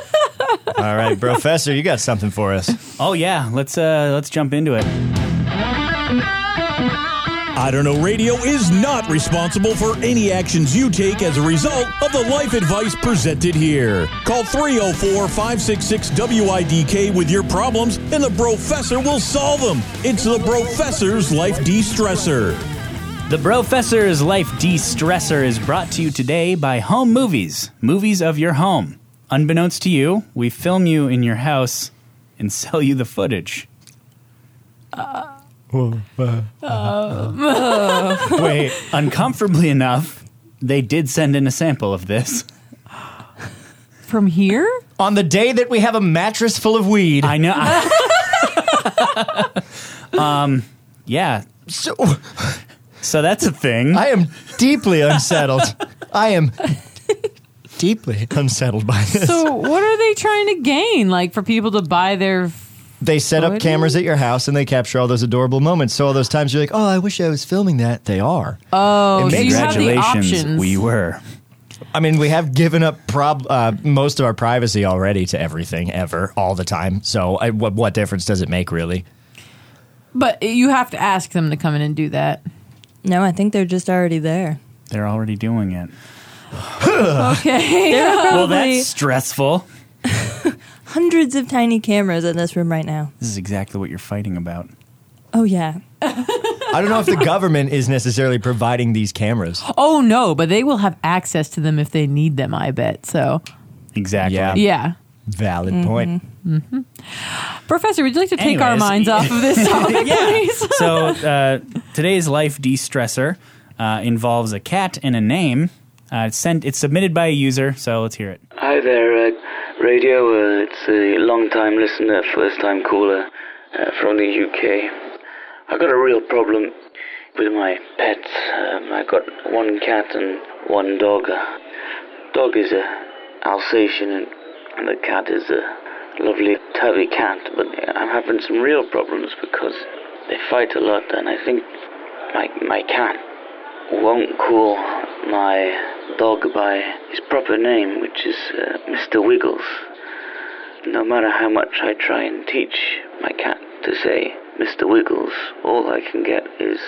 Speaker 3: All right, Professor, you got something for us.
Speaker 4: Oh yeah, let's uh let's jump into it.
Speaker 1: I Don't Know Radio is not responsible for any actions you take as a result of the life advice presented here. Call 304 566 WIDK with your problems, and the professor will solve them. It's the professor's life de stressor.
Speaker 4: The Professor's Life De-Stressor is brought to you today by Home Movies, movies of your home. Unbeknownst to you, we film you in your house and [LAUGHS] sell you the footage.
Speaker 2: Uh, oh,
Speaker 3: Wait,
Speaker 4: Uncomfortably enough, they did send in a sample of this.
Speaker 2: From here?
Speaker 3: on the day that we have a mattress full of weed.
Speaker 4: I know. um, [LAUGHS] yeah.
Speaker 3: so,
Speaker 4: So that's a thing.
Speaker 3: I am
Speaker 2: [LAUGHS]
Speaker 3: deeply unsettled. I am deeply unsettled by this.
Speaker 2: [LAUGHS] So what are they trying to gain? Like for people to buy their
Speaker 3: they set up
Speaker 2: Footage?
Speaker 3: cameras at your house and they capture all those adorable moments. So all those times you're like, "Oh, I wish I was filming that." They are.
Speaker 2: oh,
Speaker 3: It
Speaker 2: so
Speaker 3: makes-
Speaker 2: you have the options.
Speaker 4: we were.
Speaker 3: I mean, we have given up prob- uh, most of our privacy uh, already to everything, ever, all the time. So I, what, what difference does it make, really?
Speaker 2: But you have to ask them to come in and do that.
Speaker 5: No, I think they're just already there.
Speaker 4: They're already doing it.
Speaker 2: Okay.
Speaker 5: [LAUGHS] There are
Speaker 4: Well,
Speaker 5: probably
Speaker 4: that's stressful.
Speaker 5: hundreds of tiny cameras in this room right now.
Speaker 4: This is exactly what you're fighting about.
Speaker 5: Oh yeah.
Speaker 3: I don't
Speaker 2: [LAUGHS]
Speaker 3: know if the government is necessarily providing these cameras.
Speaker 2: Oh no, but they will have access to them if they need them, I bet. So,
Speaker 4: Exactly.
Speaker 3: Yeah.
Speaker 2: yeah.
Speaker 3: Valid
Speaker 2: Mm-hmm.
Speaker 3: point.
Speaker 2: Professor, would you like to take our
Speaker 4: Anyways.
Speaker 2: minds off of [LAUGHS] this topic, please?
Speaker 4: [LAUGHS] so uh, today's life de-stressor uh, involves a cat and a name. Uh, it's sent. It's submitted by a user. So let's hear it.
Speaker 9: Hi there, uh, radio. Uh, it's a long-time listener, first-time caller uh, from the UK. I got a real problem with my pets. Um, I got one cat and one dog. Uh, Dog is a Alsatian, and and the cat is a lovely tabby cat. But I'm having some real problems because they fight a lot, and I think my my cat won't call my dog by his proper name, which is uh, Mr. Wiggles. No matter how much I try and teach my cat to say Mr. Wiggles, all I can get is.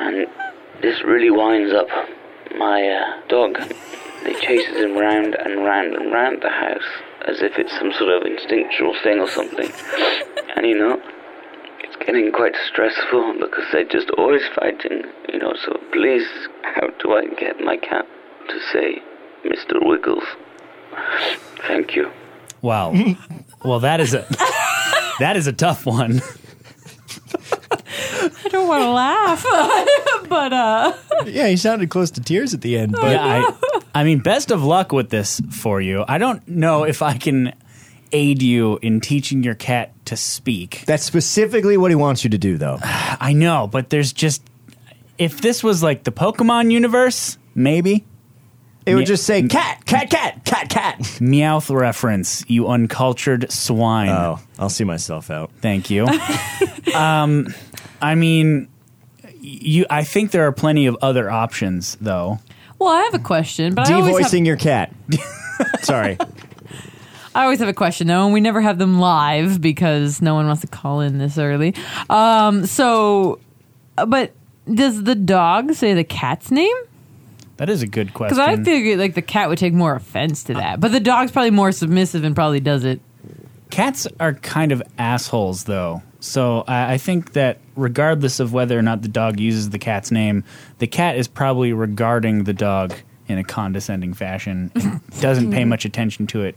Speaker 9: And this really winds up my uh, dog. They chases him round and round and round the house as if it's some sort of instinctual thing or something. And you know, it's getting quite stressful because they're just always fighting, you know. So please, how do I get my cat to say Mr. Wiggles? Thank you.
Speaker 4: Wow. [LAUGHS] well, that is a that is a tough one.
Speaker 2: I don't want to laugh, [LAUGHS] but uh,
Speaker 3: Yeah, he sounded close to tears at the end, but
Speaker 4: Yeah, I, I mean, best of luck with this for you. I don't know if I can aid you in teaching your cat to speak.
Speaker 3: that's specifically what he wants you to do, though.
Speaker 4: I know, but there's just if this was like the Pokemon universe, maybe
Speaker 3: It
Speaker 4: Yeah.
Speaker 3: would just
Speaker 2: Mm.
Speaker 3: say cat, cat, cat, cat, cat.
Speaker 4: Meowth reference, you uncultured swine.
Speaker 3: Oh, I'll see myself out.
Speaker 4: Thank you. um, I mean, you. I think there are plenty of other options, though.
Speaker 2: well, I have a question, but I always, have,
Speaker 3: Devoicing your cat. [LAUGHS] Sorry.
Speaker 2: I always have a question though, and we never have them live because no one wants to call in this early. Um, so, uh, but does the dog say the cat's name?
Speaker 4: That is a good question.
Speaker 2: Because I figure like the cat would take more offense to that, but the dog's probably more submissive and probably does it.
Speaker 4: Cats are kind of assholes, though. So I, I think that regardless of whether or not the dog uses the cat's name, the cat is probably regarding the dog in a condescending fashion.
Speaker 2: [LAUGHS]
Speaker 4: and doesn't
Speaker 2: Mm-hmm.
Speaker 4: pay much attention to it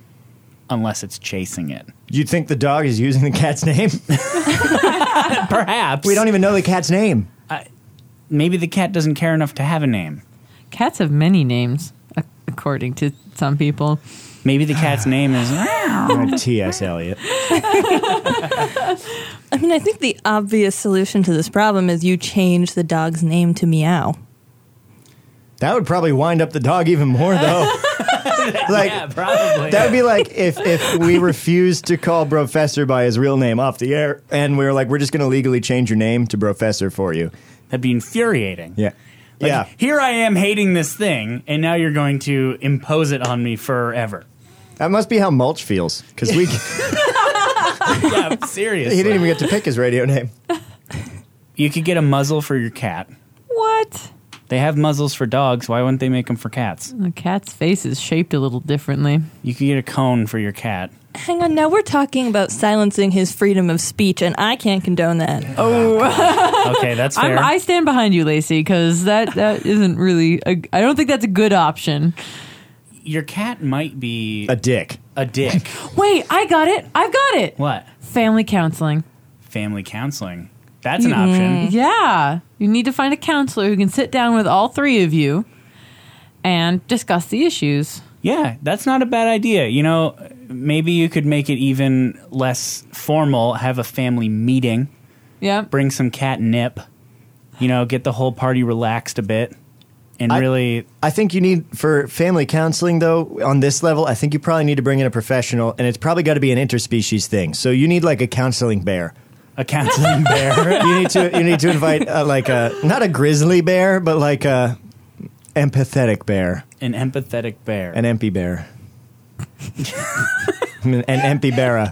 Speaker 4: unless it's chasing
Speaker 2: [LAUGHS]
Speaker 4: it.
Speaker 3: You think the dog is using the cat's name? [LAUGHS]
Speaker 4: Perhaps
Speaker 3: We don't even know the cat's name.
Speaker 4: Maybe the cat doesn't care enough to have a name.
Speaker 2: Cats have many names, ac- according to some people.
Speaker 4: Maybe the [SIGHS] cat's name is.
Speaker 3: Oh, T.S. Eliot.
Speaker 5: I mean, I think the obvious solution to this problem is you change the dog's name to Meow.
Speaker 3: That would probably wind up the dog even more, [LAUGHS] though. like
Speaker 4: probably.
Speaker 3: that would be like if if we refused to call Professor by his real name off the air, and we were like, we're just going to legally change your name to Professor for you.
Speaker 4: That'd be infuriating.
Speaker 3: Yeah,
Speaker 4: Like,
Speaker 3: yeah.
Speaker 4: Here I am hating this thing, and now you're going to impose it on me forever.
Speaker 3: That must be how mulch feels because we [LAUGHS] he
Speaker 4: Yeah, seriously.
Speaker 3: didn't even get to pick his radio name.
Speaker 4: You could get a muzzle for your cat.
Speaker 2: What?
Speaker 4: They have muzzles for dogs. Why wouldn't they make them for cats?
Speaker 2: The cat's face is shaped a little differently.
Speaker 4: You could get a cone for your cat.
Speaker 5: Hang on, now we're talking about silencing his freedom of speech, and I can't condone that.
Speaker 4: Okay, [LAUGHS] that's
Speaker 2: I'm,
Speaker 4: fair.
Speaker 2: I stand behind you, Lacey, because that, that isn't really. A, I don't think that's a good option.
Speaker 4: your cat might be
Speaker 3: A dick.
Speaker 4: a dick.
Speaker 3: [LAUGHS]
Speaker 2: Wait, I got it. I've got it.
Speaker 4: what?
Speaker 2: Family counseling.
Speaker 4: Family counseling. That's an option.
Speaker 2: Yeah. You need to find a counselor who can sit down with all three of you and discuss the issues.
Speaker 4: Yeah, that's not a bad idea. You know, maybe you could make it even less formal, have a family meeting,
Speaker 2: Yeah.
Speaker 4: bring some catnip, you know, get the whole party relaxed a bit. And
Speaker 3: I-
Speaker 4: really,
Speaker 3: I think you need for family counseling though on this level. I think you probably need to bring in a professional, and it's probably got to be an interspecies thing. So you need like a counseling bear.
Speaker 4: a counseling
Speaker 3: [LAUGHS]
Speaker 4: bear.
Speaker 3: you need to you need to invite uh, like a not a grizzly bear, but like a empathetic bear,
Speaker 4: [LAUGHS] an empathetic bear.
Speaker 3: an empty bear, an empty bear.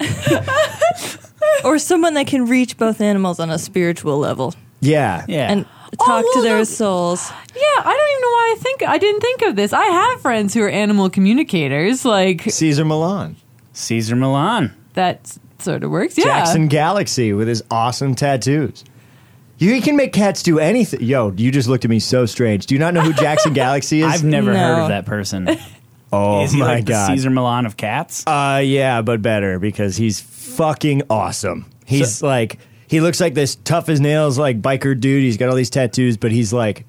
Speaker 5: or someone that can reach both animals on a spiritual level
Speaker 3: Yeah.
Speaker 4: Yeah.
Speaker 5: and talk
Speaker 2: well,
Speaker 5: to their
Speaker 2: no-
Speaker 5: souls.
Speaker 2: Yeah, I don't even know why I think I didn't think of this. I have friends who are animal communicators, like
Speaker 3: Caesar Milan.
Speaker 4: Caesar Milan.
Speaker 2: that sort of works. Yeah,
Speaker 3: Jackson Galaxy with his awesome tattoos. You, he can make cats do anything. Yo, you just looked at me so strange. Do you not know who Jackson Galaxy is?
Speaker 4: I've never
Speaker 5: No.
Speaker 4: heard of that person.
Speaker 3: [LAUGHS] oh
Speaker 4: Is he
Speaker 3: my
Speaker 4: like the
Speaker 3: god.
Speaker 4: Caesar Milan of cats?
Speaker 3: Uh, yeah, but better because he's fucking awesome. He's like, he looks like this tough as nails, like biker dude. He's got all these tattoos, but he's like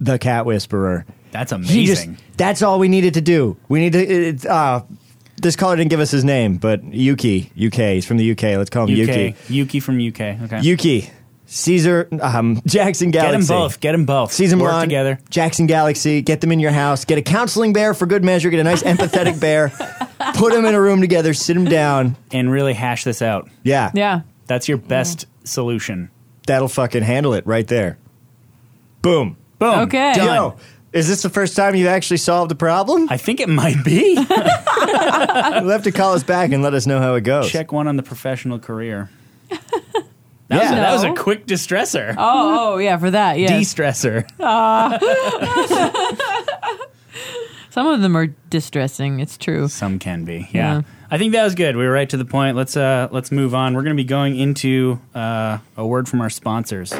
Speaker 3: the cat whisperer.
Speaker 4: That's
Speaker 3: He just-
Speaker 4: amazing.
Speaker 3: that's all we needed to do. We need to. It, uh, this caller didn't give us his name, but Yuki, UK. He's from the UK. Let's call him
Speaker 4: UK.
Speaker 3: Oh, Yuki.
Speaker 4: Yuki from UK. Okay.
Speaker 3: Yuki, Caesar, um, [LAUGHS] Jackson
Speaker 4: Get
Speaker 3: Galaxy.
Speaker 4: them both. Get them both.
Speaker 3: Caesar
Speaker 4: Work
Speaker 3: Milan,
Speaker 4: together.
Speaker 3: Jackson Galaxy. Get them in your house. Get a counseling bear for good measure. Get a nice empathetic bear.
Speaker 4: [LAUGHS]
Speaker 3: Put them in a room together. Sit them down.
Speaker 4: and really hash this out.
Speaker 3: Yeah.
Speaker 2: yeah.
Speaker 4: That's your best solution.
Speaker 3: That'll fucking handle it right there. Boom.
Speaker 4: Boom.
Speaker 2: Okay.
Speaker 4: Done.
Speaker 3: Yo, is this the first time you've actually solved a problem?
Speaker 4: I think it might
Speaker 3: [LAUGHS]
Speaker 4: be.
Speaker 3: You'll have to call us back and let us know how it goes.
Speaker 4: Check one on the professional career. That, was,
Speaker 3: Yeah.
Speaker 4: that was a
Speaker 2: No.
Speaker 4: quick distressor.
Speaker 2: Oh, oh, yeah, for that, yeah.
Speaker 4: De-stressor.
Speaker 2: Some of them are distressing. It's true.
Speaker 4: Some can be. Yeah.
Speaker 2: Yeah.
Speaker 4: I think that was good. We were right to the point. Let's uh let's move on. We're going to be going into uh, a word from our sponsors.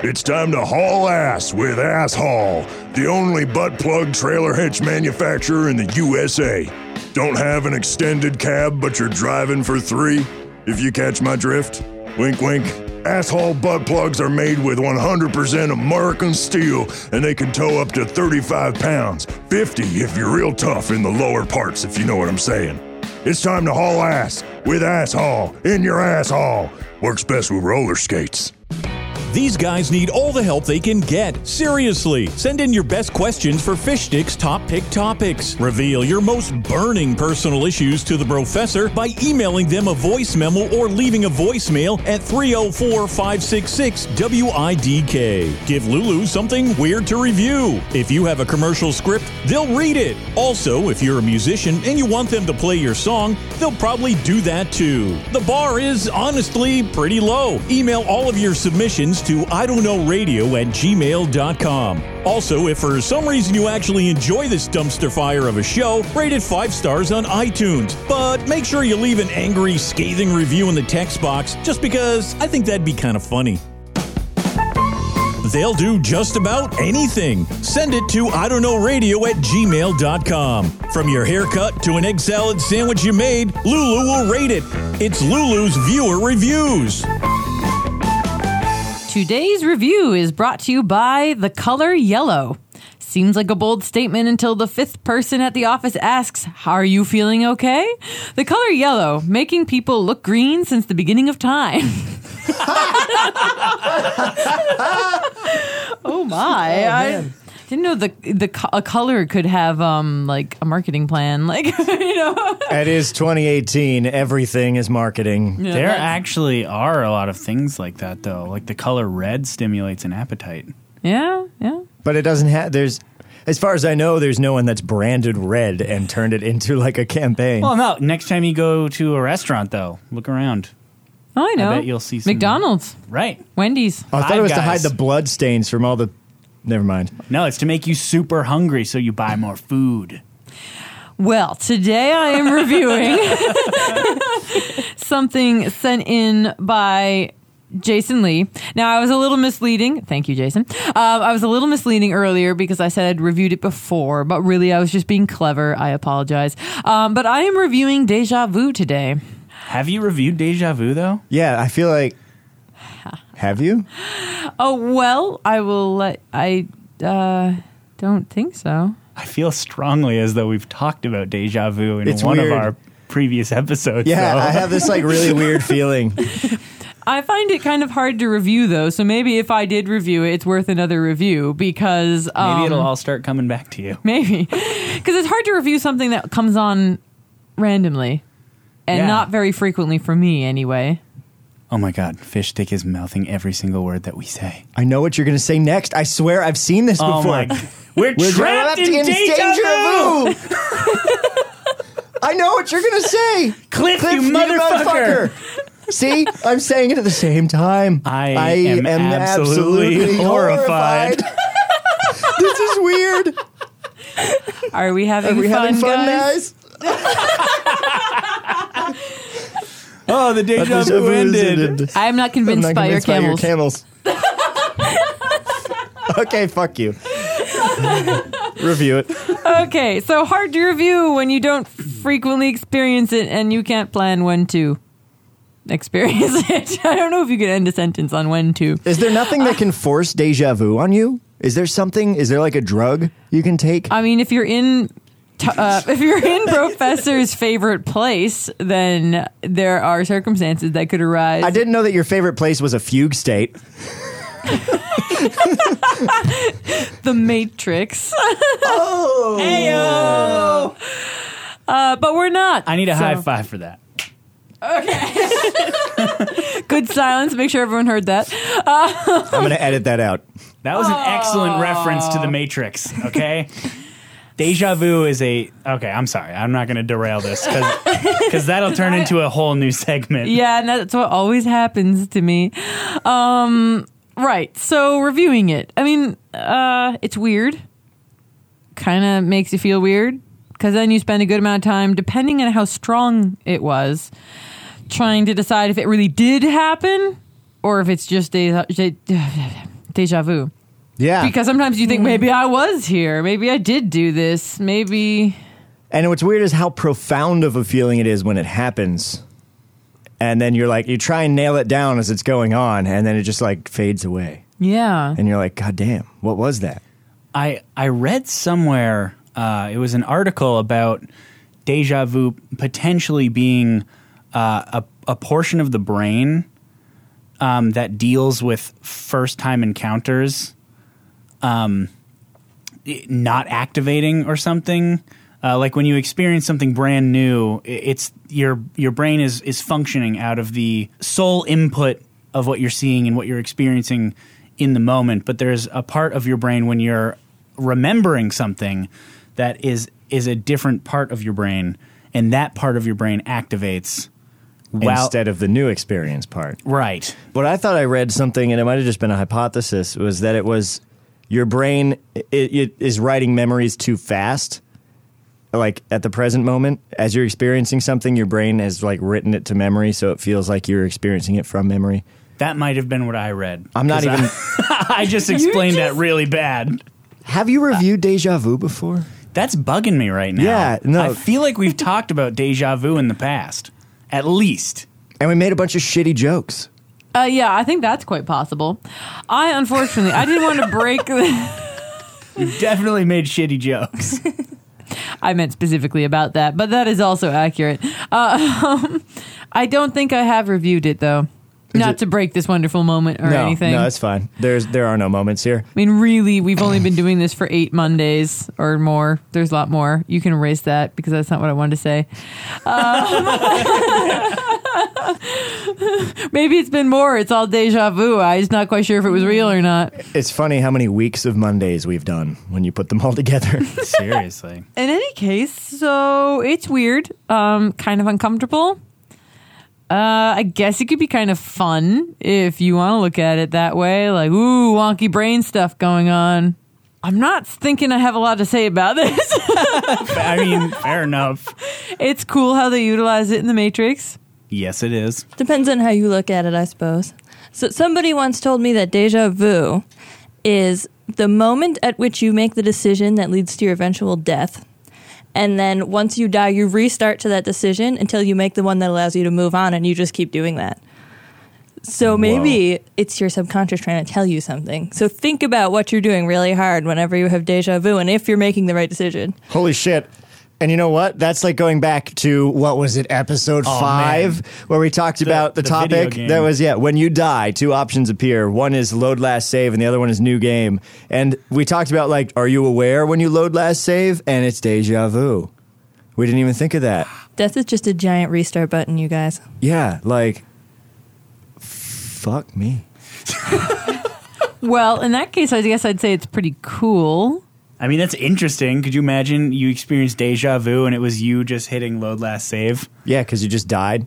Speaker 10: It's time to haul ass with Ass Haul, the only butt plug trailer hitch manufacturer in the USA. Don't have an extended cab, but you're driving for three? If you catch my drift? Wink, wink. Ass Haul butt plugs are made with 100% American steel and they can tow up to 35 pounds, 50 if you're real tough in the lower parts, if you know what I'm saying. It's time to haul ass with Ass Haul in your ass haul. Works best with roller skates.
Speaker 1: These guys need all the help they can get. Seriously, send in your best questions for Fish Sticks Top Pick Topics. Reveal your most burning personal issues to the professor by emailing them a voice memo or leaving a voicemail at 304 566 WIDK. Give Lulu something weird to review. If you have a commercial script, they'll read it. Also, if you're a musician and you want them to play your song, they'll probably do that too. The bar is honestly pretty low. Email all of your submissions to I don't know radio at gmail.com. Also, if for some reason you actually enjoy this dumpster fire of a show, rate it five stars on iTunes. But make sure you leave an angry, scathing review in the text box just because I think that'd be kind of funny. They'll do just about anything. Send it to I don't know radio at gmail.com. From your haircut to an egg salad sandwich you made, Lulu will rate it. It's Lulu's viewer reviews.
Speaker 2: Today's review is brought to you by The Color Yellow. Seems like a bold statement until the fifth person at the office asks, Are you feeling okay? The color yellow, making people look green since the beginning of time. [LAUGHS] oh my. I didn't know the the co- a color could have um like a marketing plan [LAUGHS] like you know
Speaker 3: It is 2018. Everything is marketing.
Speaker 2: Yeah,
Speaker 4: there
Speaker 2: that's-
Speaker 4: actually are a lot of things like that though. Like the color red stimulates an appetite.
Speaker 2: yeah yeah
Speaker 3: But it doesn't have, there's, as far as I know, there's no one that's branded red and turned it into like a campaign.
Speaker 4: Well, no, next time you go to a restaurant though, look around.
Speaker 2: oh I know
Speaker 4: bet you'll see some-
Speaker 2: McDonald's
Speaker 4: Right.
Speaker 2: Wendy's
Speaker 3: I thought it
Speaker 4: Five
Speaker 3: was to hide
Speaker 4: Guys.
Speaker 3: the blood stains from all the, never mind.
Speaker 4: No, it's to make you super hungry so you buy more food.
Speaker 2: Well, today I am reviewing something sent in by Jason Lee. Now, I was a little misleading. Thank you, Jason. Um, I was a little misleading earlier because I said I'd reviewed it before, but really I was just being clever. I apologize. Um, but I am reviewing Deja Vu today.
Speaker 4: Have you reviewed Deja Vu though?
Speaker 3: Yeah, I feel like. Have you?
Speaker 2: Oh, well, I will let. I uh, don't think so.
Speaker 4: I feel strongly as though we've talked about Deja Vu in
Speaker 3: It's
Speaker 4: one
Speaker 3: weird.
Speaker 4: of our previous episodes.
Speaker 3: Yeah,
Speaker 4: though.
Speaker 3: I have this like
Speaker 4: [LAUGHS]
Speaker 3: really weird feeling.
Speaker 2: I find it kind of hard to review, though. So maybe if I did review it, it's worth another review because. Um,
Speaker 4: Maybe it'll all start coming back to you.
Speaker 2: maybe [LAUGHS] because it's hard to review something that comes on randomly and
Speaker 4: Yeah.
Speaker 2: not very frequently for me anyway
Speaker 4: Oh my God, Fish Stick is mouthing every single word that we say.
Speaker 3: I know what you're going to say next. I swear I've seen this
Speaker 4: Oh
Speaker 3: before.
Speaker 4: my g- We're,
Speaker 3: We're
Speaker 4: trapped in Deja Vu!
Speaker 3: vu. I know what you're going to say.
Speaker 4: Cliff,
Speaker 3: Cliff,
Speaker 4: you motherfucker.
Speaker 3: See, I'm saying it at the same time. I,
Speaker 4: am absolutely horrified.
Speaker 3: [LAUGHS] this is weird.
Speaker 2: Are we having
Speaker 3: Are we
Speaker 2: fun,
Speaker 3: having fun,
Speaker 2: guys?
Speaker 4: [LAUGHS] Oh, the deja vu ended.
Speaker 2: I am not convinced,
Speaker 3: I'm not
Speaker 2: by,
Speaker 3: convinced
Speaker 2: your
Speaker 3: by your
Speaker 2: camels. [LAUGHS]
Speaker 3: camels. okay, fuck you. [LAUGHS] Review it.
Speaker 2: okay, so hard to review when you don't frequently experience it and you can't plan when to experience [LAUGHS] it. I don't know if you could end a sentence on when to.
Speaker 3: Is there nothing that can force deja vu on you? Is there something? Is there like a drug you can take?
Speaker 2: I mean, if you're in. T- uh, if you're
Speaker 3: [LAUGHS]
Speaker 2: in Professor's favorite place, then there are circumstances that could arise.
Speaker 3: I didn't know that your favorite place was a fugue state.
Speaker 2: The Matrix. oh, Ayo. Uh, but we're not.
Speaker 4: I need a
Speaker 2: So-
Speaker 4: high five for that.
Speaker 2: Good silence. Make sure everyone heard that. Uh,
Speaker 3: I'm going to edit that out.
Speaker 4: That was an excellent reference to the Matrix. Okay. Deja vu is a okay. I'm sorry. I'm not going to derail this because that'll turn into a whole new segment.
Speaker 2: yeah, and that's what always happens to me. Um, right. So reviewing it. I mean, uh, it's weird. Kind of makes you feel weird because then you spend a good amount of time, depending on how strong it was, trying to decide if it really did happen or if it's just deja, [SIGHS] deja vu.
Speaker 3: Yeah.
Speaker 2: Because sometimes you think maybe I was here, maybe I did do this, maybe
Speaker 3: And what's weird is how profound of a feeling it is when it happens. And then you're like, you try and nail it down as it's going on, and then it just like fades away.
Speaker 2: yeah.
Speaker 3: And you're like, God damn, what was that?
Speaker 4: I I read somewhere uh, it was an article about deja vu potentially being uh, a a portion of the brain um, that deals with first time encounters, um, i- not activating or something. Uh, like when you experience something brand new, i- it's your your brain is is functioning out of the sole input of what you're seeing and what you're experiencing in the moment. But there's a part of your brain when you're remembering something that is is a different part of your brain, and that part of your brain activates while
Speaker 3: Instead of the new experience part.
Speaker 4: right.
Speaker 3: What I thought I read something, and it might have just been a hypothesis, was that it was your brain i it is writing memories too fast. Like at the present moment, as you're experiencing something, your brain has like written it to memory, so it feels like you're experiencing it from memory.
Speaker 4: That might have been what I read.
Speaker 3: I'm not
Speaker 4: 'Cause
Speaker 3: even.
Speaker 4: [LAUGHS] I, I just explained that really bad.
Speaker 3: have you reviewed Deja Vu before?
Speaker 4: That's bugging me right now.
Speaker 3: Yeah, no.
Speaker 4: I feel like we've talked about deja vu in the past, at least.
Speaker 3: And we made a bunch of shitty jokes.
Speaker 2: Uh, yeah, I think that's quite possible. I unfortunately I didn't want to break. the- [LAUGHS]
Speaker 4: We've definitely made shitty
Speaker 5: [LAUGHS]
Speaker 4: jokes.
Speaker 2: I meant specifically about that, but that is also accurate. Uh, [LAUGHS] um, I don't think I have reviewed it though. Not to break this wonderful moment or
Speaker 3: no,
Speaker 2: anything.
Speaker 3: no, it's fine. There's there are no moments here.
Speaker 2: I mean, really, we've only been doing this for eight Mondays or more. There's a lot more. You can erase that because that's not what I wanted to say. Um, [LAUGHS] maybe it's been more. It's all deja vu. I'm just not quite sure if it was real or not.
Speaker 3: It's funny how many weeks of Mondays we've done when you put them all [LAUGHS] together.
Speaker 4: Seriously.
Speaker 2: In any case, so it's weird, um, kind of uncomfortable. Uh, I guess it could be kind of fun if you want to look at it that way. Like, ooh, wonky brain stuff going on. I'm not thinking I have a lot to say about this. [LAUGHS]
Speaker 4: I mean, fair enough.
Speaker 2: It's cool how they utilize it in the Matrix.
Speaker 4: Yes, it is.
Speaker 5: Depends on how you look at it, I suppose. So somebody once told me that deja vu is the moment at which you make the decision that leads to your eventual death. And then once you die, you restart to that decision until you make the one that allows you to move on, and you just keep doing that. So maybe it's your subconscious trying to tell you something. So think about what you're doing really hard whenever you have deja vu and if you're making the right decision.
Speaker 3: Holy shit. And you know what? That's like going back to what was it, episode
Speaker 4: Oh,
Speaker 3: five,
Speaker 4: man.
Speaker 3: where we talked about the,
Speaker 4: the video
Speaker 3: topic.
Speaker 4: game.
Speaker 3: That was, yeah, when you die, two options appear. One is load last save, and the other one is new game. And we talked about, like, are you aware when you load last save? And it's deja vu. We didn't even think of that.
Speaker 5: Death is just a giant restart button, you guys.
Speaker 3: Yeah, like, fuck me.
Speaker 2: Well, in that case, I guess I'd say it's pretty cool.
Speaker 4: I mean, that's interesting. Could you imagine you experienced deja vu and it was you just hitting load last save?
Speaker 3: Yeah, because you just died.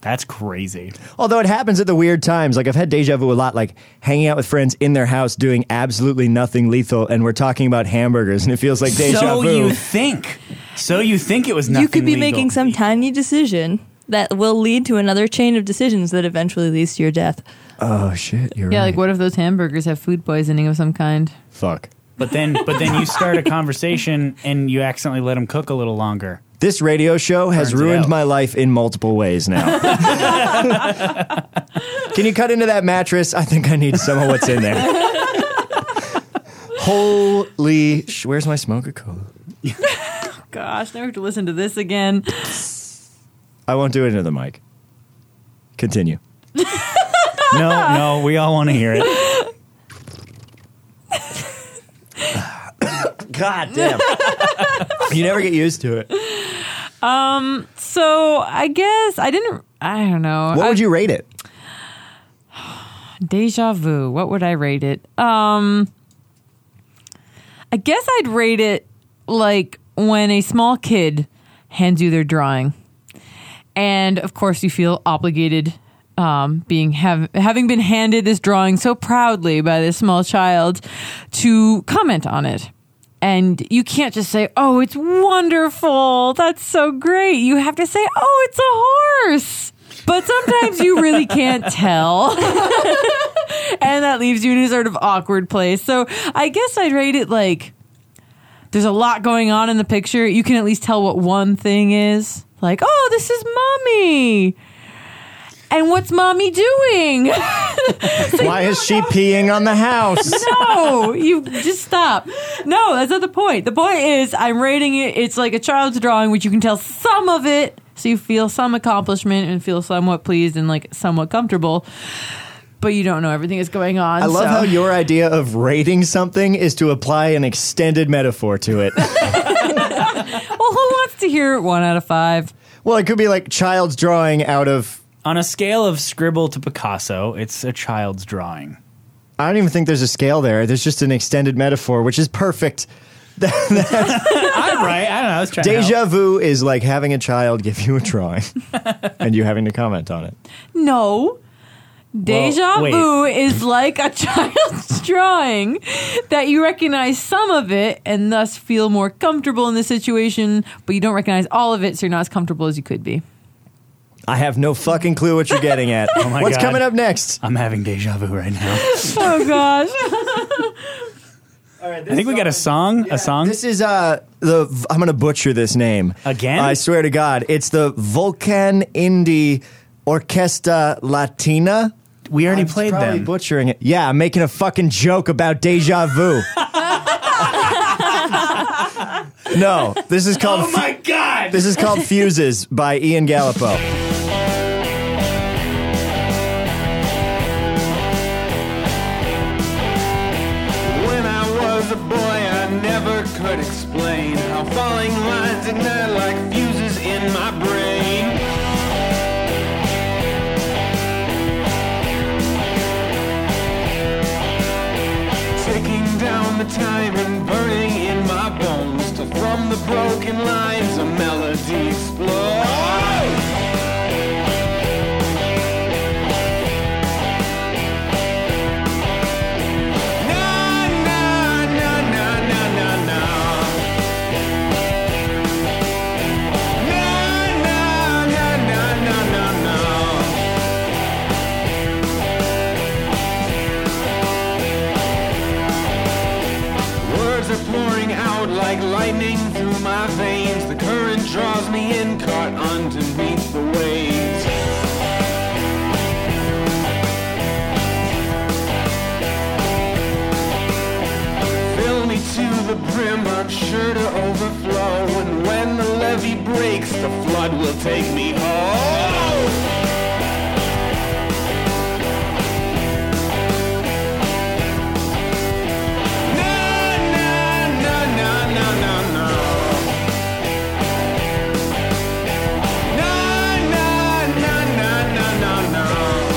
Speaker 4: That's crazy.
Speaker 3: Although it happens at the weird times. Like I've had deja vu a lot, like hanging out with friends in their house doing absolutely nothing lethal, and we're talking about hamburgers, and it feels like deja
Speaker 4: so
Speaker 3: vu.
Speaker 4: you think. So you think it was nothing
Speaker 5: you could be
Speaker 4: legal.
Speaker 5: making some tiny decision that will lead to another chain of decisions that eventually leads to your death.
Speaker 3: oh shit, you're
Speaker 2: yeah,
Speaker 3: right.
Speaker 2: like what if those hamburgers have food poisoning of some kind?
Speaker 3: Fuck.
Speaker 4: But then, but then you start a conversation and you accidentally let them cook a little longer.
Speaker 3: This radio show has
Speaker 4: Turns it
Speaker 3: ruined
Speaker 4: out.
Speaker 3: my life in multiple ways now. [LAUGHS] Can you cut into that mattress? I think I need some of what's in there. [LAUGHS] Holy sh- where's my smoker cola?
Speaker 2: Gosh, never have to listen to this again.
Speaker 3: I won't do it into the mic. Continue.
Speaker 4: No, no, we all want to hear it.
Speaker 3: God damn. [LAUGHS] you never get used to it.
Speaker 2: Um, so I guess I didn't. I don't know.
Speaker 3: What
Speaker 2: I-
Speaker 3: would you rate it?
Speaker 2: Deja vu. What would I rate it? Um, I guess I'd rate it like when a small kid hands you their drawing, and of course you feel obligated, um, being have, having been handed this drawing so proudly by this small child, to comment on it. And you can't just say, "Oh, it's wonderful! That's so great!" You have to say, "Oh, it's a horse." But sometimes you really can't tell [LAUGHS] and that leaves you in a sort of awkward place. So I guess I'd rate it like there's a lot going on in the picture. You can at least tell what one thing is. Like, oh, this is mommy. And what's mommy doing? [LAUGHS]
Speaker 3: Why is she peeing on the [LAUGHS] house?
Speaker 2: no, you just stop. No, that's not the point. The point is, I'm rating it. It's like a child's drawing, which you can tell some of it, so you feel some accomplishment and feel somewhat pleased and like somewhat comfortable. But you don't know everything that's going on.
Speaker 3: I love
Speaker 2: so.
Speaker 3: how your idea of rating something is to apply an extended metaphor to [LAUGHS] it.
Speaker 2: Well, who wants to hear one out of five?
Speaker 3: well, it could be like child's drawing out of.
Speaker 4: On a scale of scribble to Picasso, it's a child's drawing.
Speaker 3: I don't even think there's a scale there. There's just an extended metaphor, which is perfect.
Speaker 4: I'm right. I don't know. I was trying to help.
Speaker 3: Deja vu is like having a child give you a drawing [LAUGHS] and you having to comment on it.
Speaker 2: No. Deja
Speaker 4: wait.
Speaker 2: vu is like a [LAUGHS] child's drawing that you recognize some of it and thus feel more comfortable in the situation, but you don't recognize all of it, so you're not as comfortable as you could be.
Speaker 3: I have no fucking clue what you're getting [LAUGHS] at.
Speaker 4: my
Speaker 3: What's
Speaker 4: God.
Speaker 3: coming up next?
Speaker 4: I'm having deja vu right now.
Speaker 2: Oh gosh. [LAUGHS]
Speaker 4: I think we got a song. a song.
Speaker 3: This is uh the I'm gonna butcher this name
Speaker 4: Again?
Speaker 3: I swear to God, it's the Volcan Indie Orquesta Latina.
Speaker 4: we already
Speaker 3: I'm
Speaker 4: played
Speaker 3: probably
Speaker 4: them.
Speaker 3: butchering it. Yeah, I'm making a fucking joke about deja vu.
Speaker 4: [LAUGHS]
Speaker 3: no, this is called.
Speaker 4: Oh
Speaker 3: Fu-
Speaker 4: god!
Speaker 3: this is
Speaker 4: [LAUGHS]
Speaker 3: called Fuses by Ian Gallipo.
Speaker 11: When I was a boy, I never could explain how falling lines ignite like fuses in my brain. Taking down the time and burning in my bones till from the broken lines a melody explodes. Na, na, na, na, na, na, na. Na, na, na, na, na, na, na. Words are pouring out like lightning through my veins. The current draws me in, caught underneath the waves. Fill me to the brim, I'm sure to overflow. And when the levee breaks, the flood will take me home. Na, na, na, na, na, na, na. Na, na, na, na, na, na, na.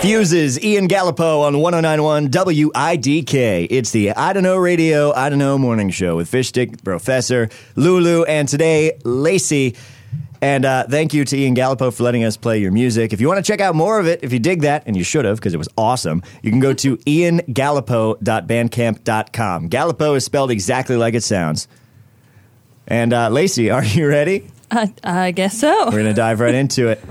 Speaker 3: Fuses, Ian Gallipo on 1091 WIDK. It's the I Don't Know Radio, I Don't Know Morning Show with Fish Stick, Professor, Lulu, and today, Lacey. And uh, thank you to Ian Gallipo for letting us play your music. If you want to check out more of it, if you dig that, and you should have because it was awesome, you can go to iangallipo.bandcamp.com. Gallipo is spelled exactly like it sounds. And uh, Lacey, are you ready?
Speaker 5: I, I guess so.
Speaker 3: We're going to dive right into it.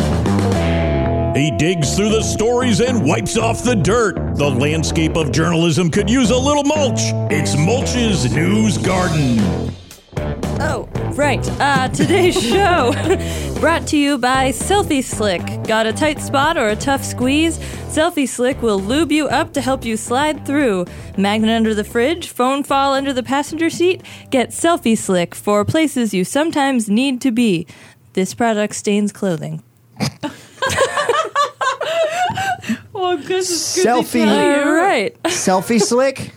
Speaker 1: He digs through the stories and wipes off the dirt. The landscape of journalism could use a little mulch. It's Mulch's News Garden.
Speaker 5: Oh, right. Uh, today's [LAUGHS] show brought to you by Selfie Slick. Got a tight spot or a tough squeeze? Selfie Slick will lube you up to help you slide through. Magnet under the fridge, phone fall under the passenger seat. Get Selfie Slick for places you sometimes need to be. This product stains clothing.
Speaker 2: Oh, this is good
Speaker 3: Selfie.
Speaker 2: All right.
Speaker 5: right.
Speaker 3: Selfie slick.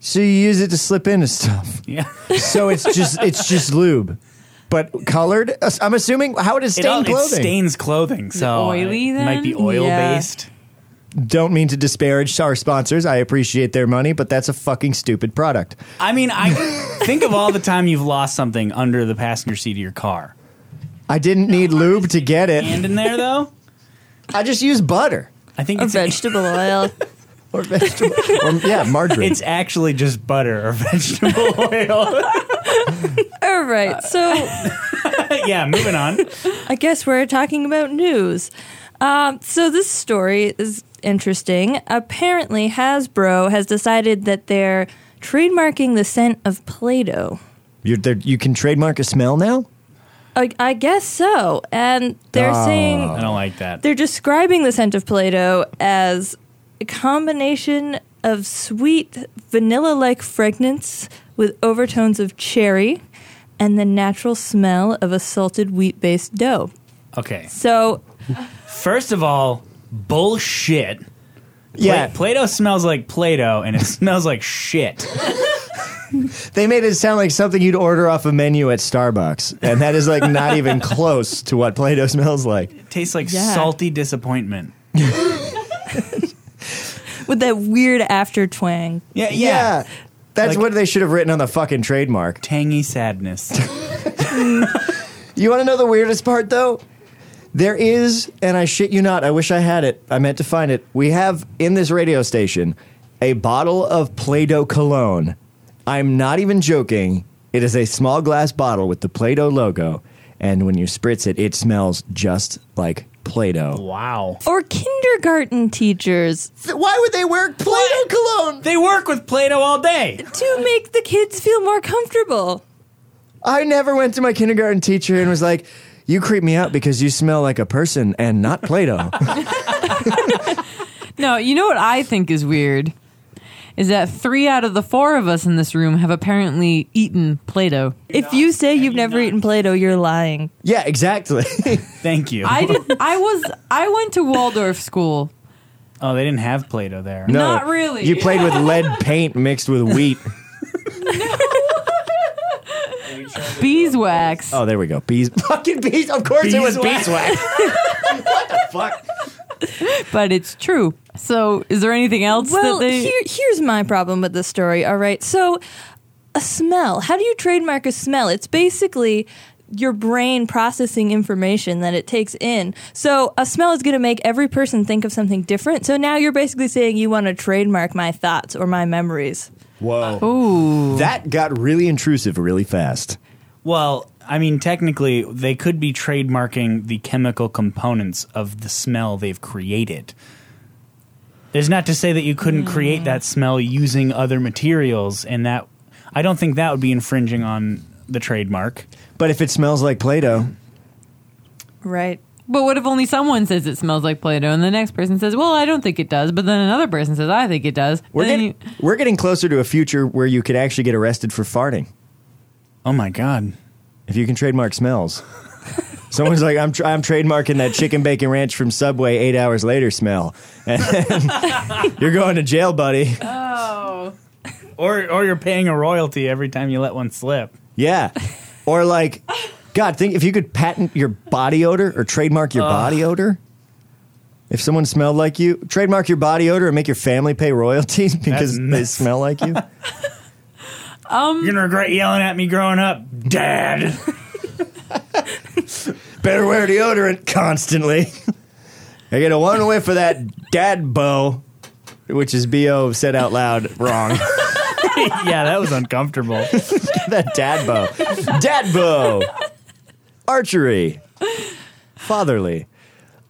Speaker 3: So you use it to slip into stuff.
Speaker 4: Yeah.
Speaker 3: So it's just it's just lube, but colored. I'm assuming how does
Speaker 4: It all-
Speaker 3: stain
Speaker 4: it
Speaker 3: clothing?
Speaker 4: stains clothing, so uh,
Speaker 2: oily
Speaker 4: it might be
Speaker 2: then?
Speaker 4: oil
Speaker 2: Yeah.
Speaker 4: based.
Speaker 3: Don't mean to disparage our sponsors. I appreciate their money, but that's a fucking stupid product.
Speaker 4: I mean,
Speaker 3: [LAUGHS]
Speaker 4: I think of all the time you've lost something under the passenger seat of your car.
Speaker 3: I didn't need lube to get it.
Speaker 4: Hand in there though.
Speaker 3: I just use butter
Speaker 4: I think
Speaker 5: Or
Speaker 4: it's [LAUGHS]
Speaker 5: vegetable oil.
Speaker 3: or vegetable. or, yeah, margarine.
Speaker 4: It's actually just butter or [LAUGHS] vegetable oil. [LAUGHS]
Speaker 5: All right. So
Speaker 4: yeah, moving on.
Speaker 5: I guess we're talking about news. Um, so this story is interesting. Apparently, Hasbro has decided that they're trademarking the scent of Play-Doh.
Speaker 3: You're there, you can trademark a smell now.
Speaker 5: I, I guess so, and they're saying
Speaker 4: I don't like that.
Speaker 5: they're describing the scent of Play-Doh as a combination of sweet vanilla-like fragrance with overtones of cherry and the natural smell of a salted wheat-based dough.
Speaker 4: Okay.
Speaker 5: So
Speaker 4: First of all, bullshit. Pla-
Speaker 3: Yeah,
Speaker 4: Play-Doh smells like Play-Doh and it [LAUGHS] smells like shit.
Speaker 3: They made it sound like something you'd order off a menu at Starbucks, and that is like not [LAUGHS] even close to what Play-Doh smells like.
Speaker 4: It tastes like
Speaker 5: Yeah.
Speaker 4: salty disappointment.
Speaker 5: with that weird after twang.
Speaker 4: Yeah, yeah.
Speaker 3: That's
Speaker 4: Like-
Speaker 3: what they should have written on the fucking trademark.
Speaker 4: Tangy sadness.
Speaker 3: You want to know the weirdest part though? There is, and I shit you not, I wish I had it. I meant to find it. We have in this radio station a bottle of Play Doh cologne. I'm not even joking. It is a small glass bottle with the Play Doh logo, and when you spritz it, it smells just like Play Doh.
Speaker 4: wow.
Speaker 5: Or kindergarten teachers
Speaker 3: Why would they wear Play Doh cologne?
Speaker 4: They work with Play-Doh all day.
Speaker 5: to make the kids feel more comfortable.
Speaker 3: I never went to my kindergarten teacher and was like, "You creep me out because you smell like a person and not Play-Doh."
Speaker 2: No, you know what I think is weird is that three out of the four of us in this room have apparently eaten Play-Doh.
Speaker 5: If you say you've never eaten Play Doh, you're lying.
Speaker 3: [LAUGHS] yeah, exactly.
Speaker 4: Thank you.
Speaker 2: I did. I was. I went to Waldorf school.
Speaker 4: oh, they didn't have Play-Doh there.
Speaker 3: [LAUGHS] No,
Speaker 2: Not really.
Speaker 3: You played with lead paint mixed with wheat.
Speaker 2: Beeswax.
Speaker 3: [LAUGHS] Oh, there we go. Bees, [LAUGHS] fucking bees. Of course, it was
Speaker 4: Beeswax.
Speaker 3: beeswax. what the fuck?
Speaker 2: But it's true. So, is there anything else
Speaker 5: Well,
Speaker 2: that they?
Speaker 5: here, here's my problem with this story. All right, so a smell. How do you trademark a smell? It's basically your brain processing information that it takes in. So a smell is going to make every person think of something different. So now you're basically saying you want to trademark my thoughts or my memories.
Speaker 3: Whoa. Ooh. That got really intrusive really fast.
Speaker 4: Well, I mean, technically, they could be trademarking the chemical components of the smell they've created. There's not to say that you couldn't create that smell using other materials, and that I don't think that would be infringing on the trademark.
Speaker 3: But if it smells like Play-Doh,
Speaker 5: Right.
Speaker 2: But what if only someone says it smells like Play-Doh, and the next person says, "Well, I don't think it does," but then another person says, "I think it does."
Speaker 3: we're
Speaker 2: Then
Speaker 3: getting, we're getting closer to a future where you could actually get arrested for farting.
Speaker 4: Oh my god!
Speaker 3: If you can trademark smells. Someone's like, I'm, tr I'm trademarking that chicken bacon ranch from Subway eight hours later smell. And [LAUGHS] you're going to jail, buddy.
Speaker 4: Or or you're paying a royalty every time you let one slip.
Speaker 3: Yeah. Or like, God, think if you could patent your body odor or trademark your body odor. If someone smelled like you, trademark your body odor and make your family pay royalties [LAUGHS] because they smell like you.
Speaker 2: Um,
Speaker 4: You're gonna regret yelling at me growing up, Dad.
Speaker 3: [LAUGHS]
Speaker 4: [LAUGHS]
Speaker 3: Better wear deodorant constantly. [LAUGHS] I get a one whiff of that dad bow, which is bo said out loud wrong. [LAUGHS]
Speaker 4: yeah, that was uncomfortable.
Speaker 3: that dad bow, dad bow, archery, fatherly.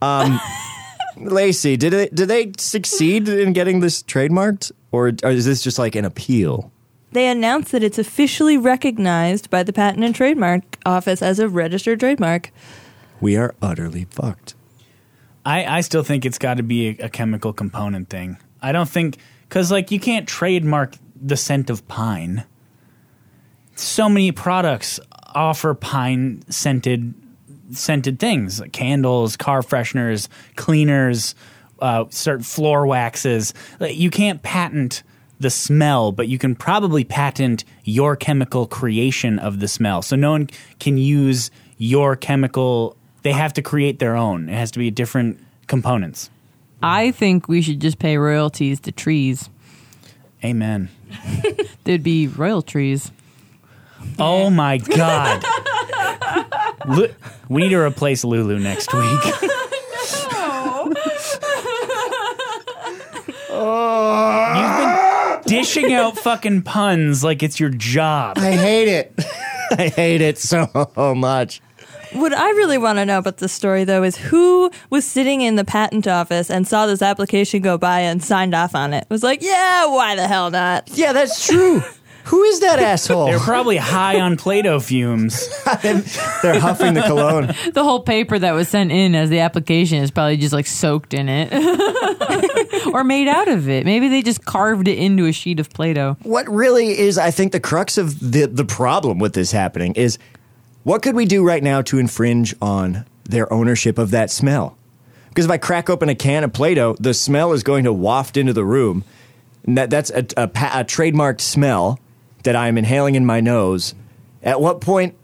Speaker 3: Um, [LAUGHS] Lacey, did they did they succeed in getting this trademarked, or, or is this just like an appeal?
Speaker 5: They announced that it's officially recognized by the Patent and Trademark Office as a registered trademark.
Speaker 3: We are utterly fucked.
Speaker 4: I, I still think it's got to be a, a chemical component thing. I don't think because like you can't trademark the scent of pine. So many products offer pine scented scented things, like candles, car fresheners, cleaners, uh, certain floor waxes. Like, You can't patent the smell, but you can probably patent your chemical creation of the smell. So no one can use your chemical. They have to create their own. It has to be different components.
Speaker 2: I think we should just pay royalties to trees.
Speaker 4: Amen.
Speaker 2: There'd be royal trees.
Speaker 4: Oh my god. Lu- we need to replace Lulu next week. You've been dishing out fucking puns like it's your job.
Speaker 3: I hate it. [LAUGHS] I hate it so much.
Speaker 5: What I really want to know about this story, though, is who was sitting in the patent office and saw this application go by and signed off on it. Was like, yeah, why the hell not?
Speaker 3: Yeah, that's true. Who is [LAUGHS] that asshole?
Speaker 4: They're probably high on Play-Doh fumes.
Speaker 3: They're huffing the cologne.
Speaker 2: The whole paper that was sent in as the application is probably just like soaked in it [LAUGHS] or made out of it. Maybe they just carved it into a sheet of Play Doh.
Speaker 3: What really is, I think, the crux of the, the problem with this happening is what could we do right now to infringe on their ownership of that smell? Because if I crack open a can of Play Doh, the smell is going to waft into the room. And that, that's a, a, pa- a trademarked smell that I am inhaling in my nose. At what point,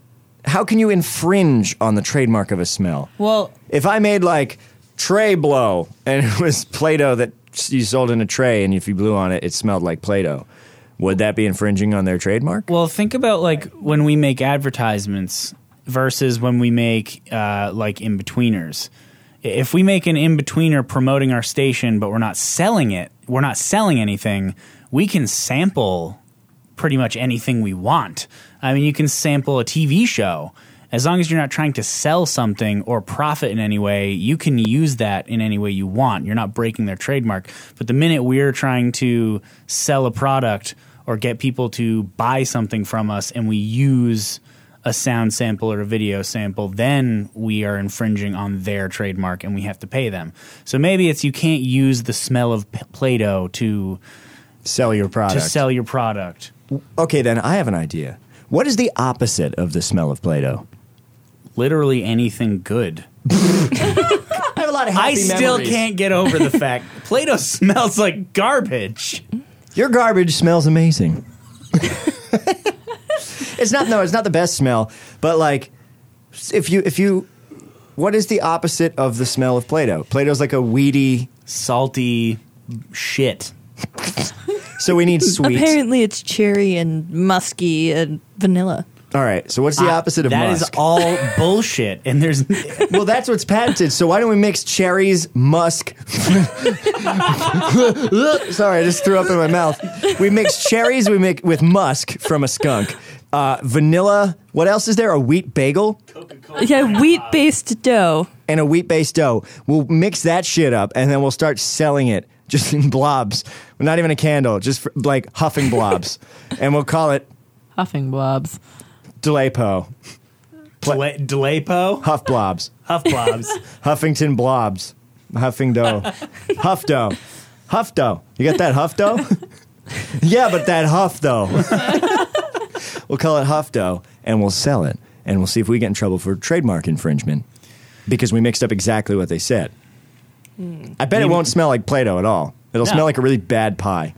Speaker 3: how can you infringe on the trademark of a smell?
Speaker 4: Well,
Speaker 3: If I made like tray blow and it was Play Doh that you sold in a tray and if you blew on it, it smelled like Play Doh, would that be infringing on their trademark?
Speaker 4: Well, think about like when we make advertisements versus when we make uh, like in betweeners. If we make an in betweener promoting our station, but we're not selling it, we're not selling anything. We can sample pretty much anything we want. I mean, you can sample a TV show. As long as you're not trying to sell something or profit in any way, you can use that in any way you want. You're not breaking their trademark. But the minute we're trying to sell a product or get people to buy something from us and we use a sound sample or a video sample, then we are infringing on their trademark and we have to pay them. So maybe it's you can't use the smell of P- Play Doh to,
Speaker 3: Sell your
Speaker 4: to
Speaker 3: product.
Speaker 4: sell your product.
Speaker 3: okay, then I have an idea. What is the opposite of the smell of Play Doh?
Speaker 4: literally anything good.
Speaker 3: I have a lot of
Speaker 4: I still can't get over
Speaker 3: [LAUGHS]
Speaker 4: the fact Play-Doh smells like garbage.
Speaker 3: Your garbage smells [LAUGHS] amazing. it's not no, it's not the best smell, but like if you if you what is the opposite of the smell of Play-Doh? Play-Doh's like a weedy,
Speaker 4: salty shit.
Speaker 3: so we need sweet.
Speaker 5: Apparently, it's cherry and musky and vanilla.
Speaker 3: All right. So what's the opposite of
Speaker 4: That is
Speaker 3: musk? [LAUGHS]
Speaker 4: all bullshit. And there's
Speaker 3: well, that's what's patented. So why don't we mix cherries, musk? [LAUGHS] Sorry, I just threw up in my mouth. We mix cherries. We make with musk from a skunk. Uh, vanilla. What else is there? A wheat bagel
Speaker 5: Yeah, wheat based dough.
Speaker 3: and a wheat-based dough. We'll mix that shit up, and then we'll start selling it just in blobs. Not even a candle, just for, like huffing blobs, and we'll call it
Speaker 2: Huffing blobs.
Speaker 3: Delapo,
Speaker 4: Dla- Dlapo,
Speaker 3: huff blobs. [LAUGHS]
Speaker 4: Huff Blobs. [LAUGHS]
Speaker 3: Huffington Blobs. Huffing dough. Huff dough. Huff dough. You got that huff dough? [LAUGHS] yeah, but that huff dough. [LAUGHS] we'll call it huff dough and we'll sell it. And we'll see if we get in trouble for trademark infringement because we mixed up exactly what they said. I bet it won't smell like Play Doh at all. It'll
Speaker 4: No.
Speaker 3: smell like a really bad pie.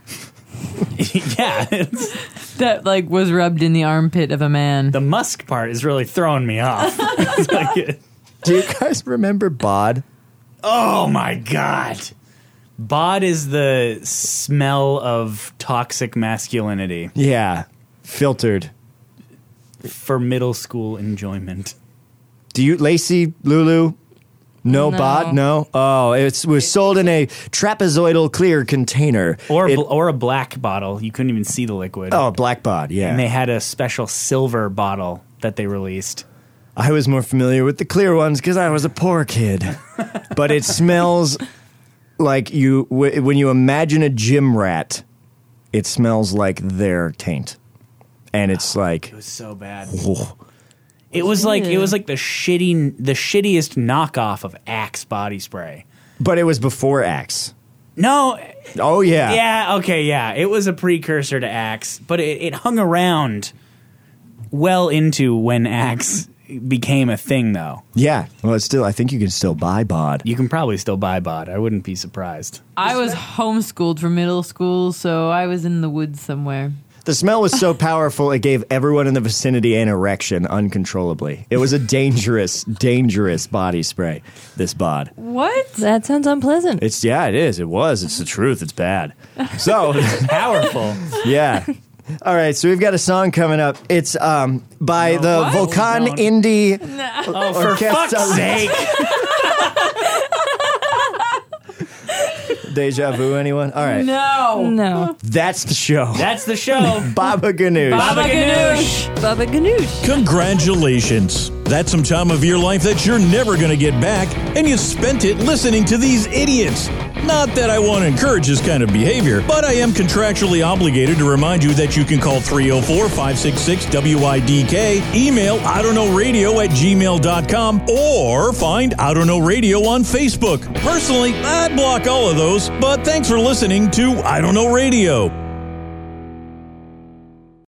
Speaker 4: yeah, it's-
Speaker 2: That like was rubbed in the armpit of a man.
Speaker 4: the musk part is really throwing me off. It's like,
Speaker 3: Do you guys remember Bod?
Speaker 4: Oh my god. Bod is the smell of toxic masculinity.
Speaker 3: Yeah. Filtered.
Speaker 4: For middle school enjoyment.
Speaker 3: Do you, Lacey, Lulu? No,
Speaker 4: No.
Speaker 3: bod? No? Oh, it was sold in a trapezoidal clear container.
Speaker 4: Or a bl- or a black bottle. You couldn't even see the liquid.
Speaker 3: Oh, black bod, yeah.
Speaker 4: And they had a special silver bottle that they released.
Speaker 3: I was more familiar with the clear ones because I was a poor kid.
Speaker 4: [LAUGHS]
Speaker 3: but it smells like you, w- when you imagine a gym rat, it smells like their taint. And it's like,
Speaker 4: It was so bad.
Speaker 3: whoa.
Speaker 4: It was like it
Speaker 3: Ew.
Speaker 4: was like the shitty the shittiest knockoff of Axe body spray.
Speaker 3: but it was before Axe.
Speaker 4: No.
Speaker 3: Oh, yeah.
Speaker 4: Yeah, okay, yeah. It was a precursor to Axe, but it, it hung around well into when Axe became a thing though.
Speaker 3: Yeah. Well, it's still, I think you can still buy bod.
Speaker 4: You can probably still buy bod. I wouldn't be surprised.
Speaker 2: I was homeschooled for middle school, so I was in the woods somewhere.
Speaker 3: The smell was so powerful it gave everyone in the vicinity an erection uncontrollably. It was a dangerous, dangerous body spray. This bod.
Speaker 5: What? That sounds unpleasant.
Speaker 3: It's yeah, it is. It was. It's the truth. It's bad. So [LAUGHS]
Speaker 4: powerful.
Speaker 3: Yeah. All right, so we've got a song coming up. It's um by the
Speaker 9: What?
Speaker 3: Volcan
Speaker 9: Hold on.
Speaker 3: Indie
Speaker 9: Oh, for
Speaker 3: Orchestra-
Speaker 9: fuck's sake.
Speaker 3: Deja vu anyone? All right.
Speaker 2: No.
Speaker 5: No.
Speaker 3: That's the show.
Speaker 4: That's the show.
Speaker 3: Baba Ganoush.
Speaker 5: Ganoush. Baba Ganoush.
Speaker 1: Congratulations. That's some time of your life that you're never going to get back, and you spent it listening to these idiots. Not that I want to encourage this kind of behavior, but I am contractually obligated to remind you that you can call 304 566 WIDK, email I don't know radio at gmail.com, or find I don't know radio on Facebook. Personally, I'd block all of those, but thanks for listening to I don't know radio.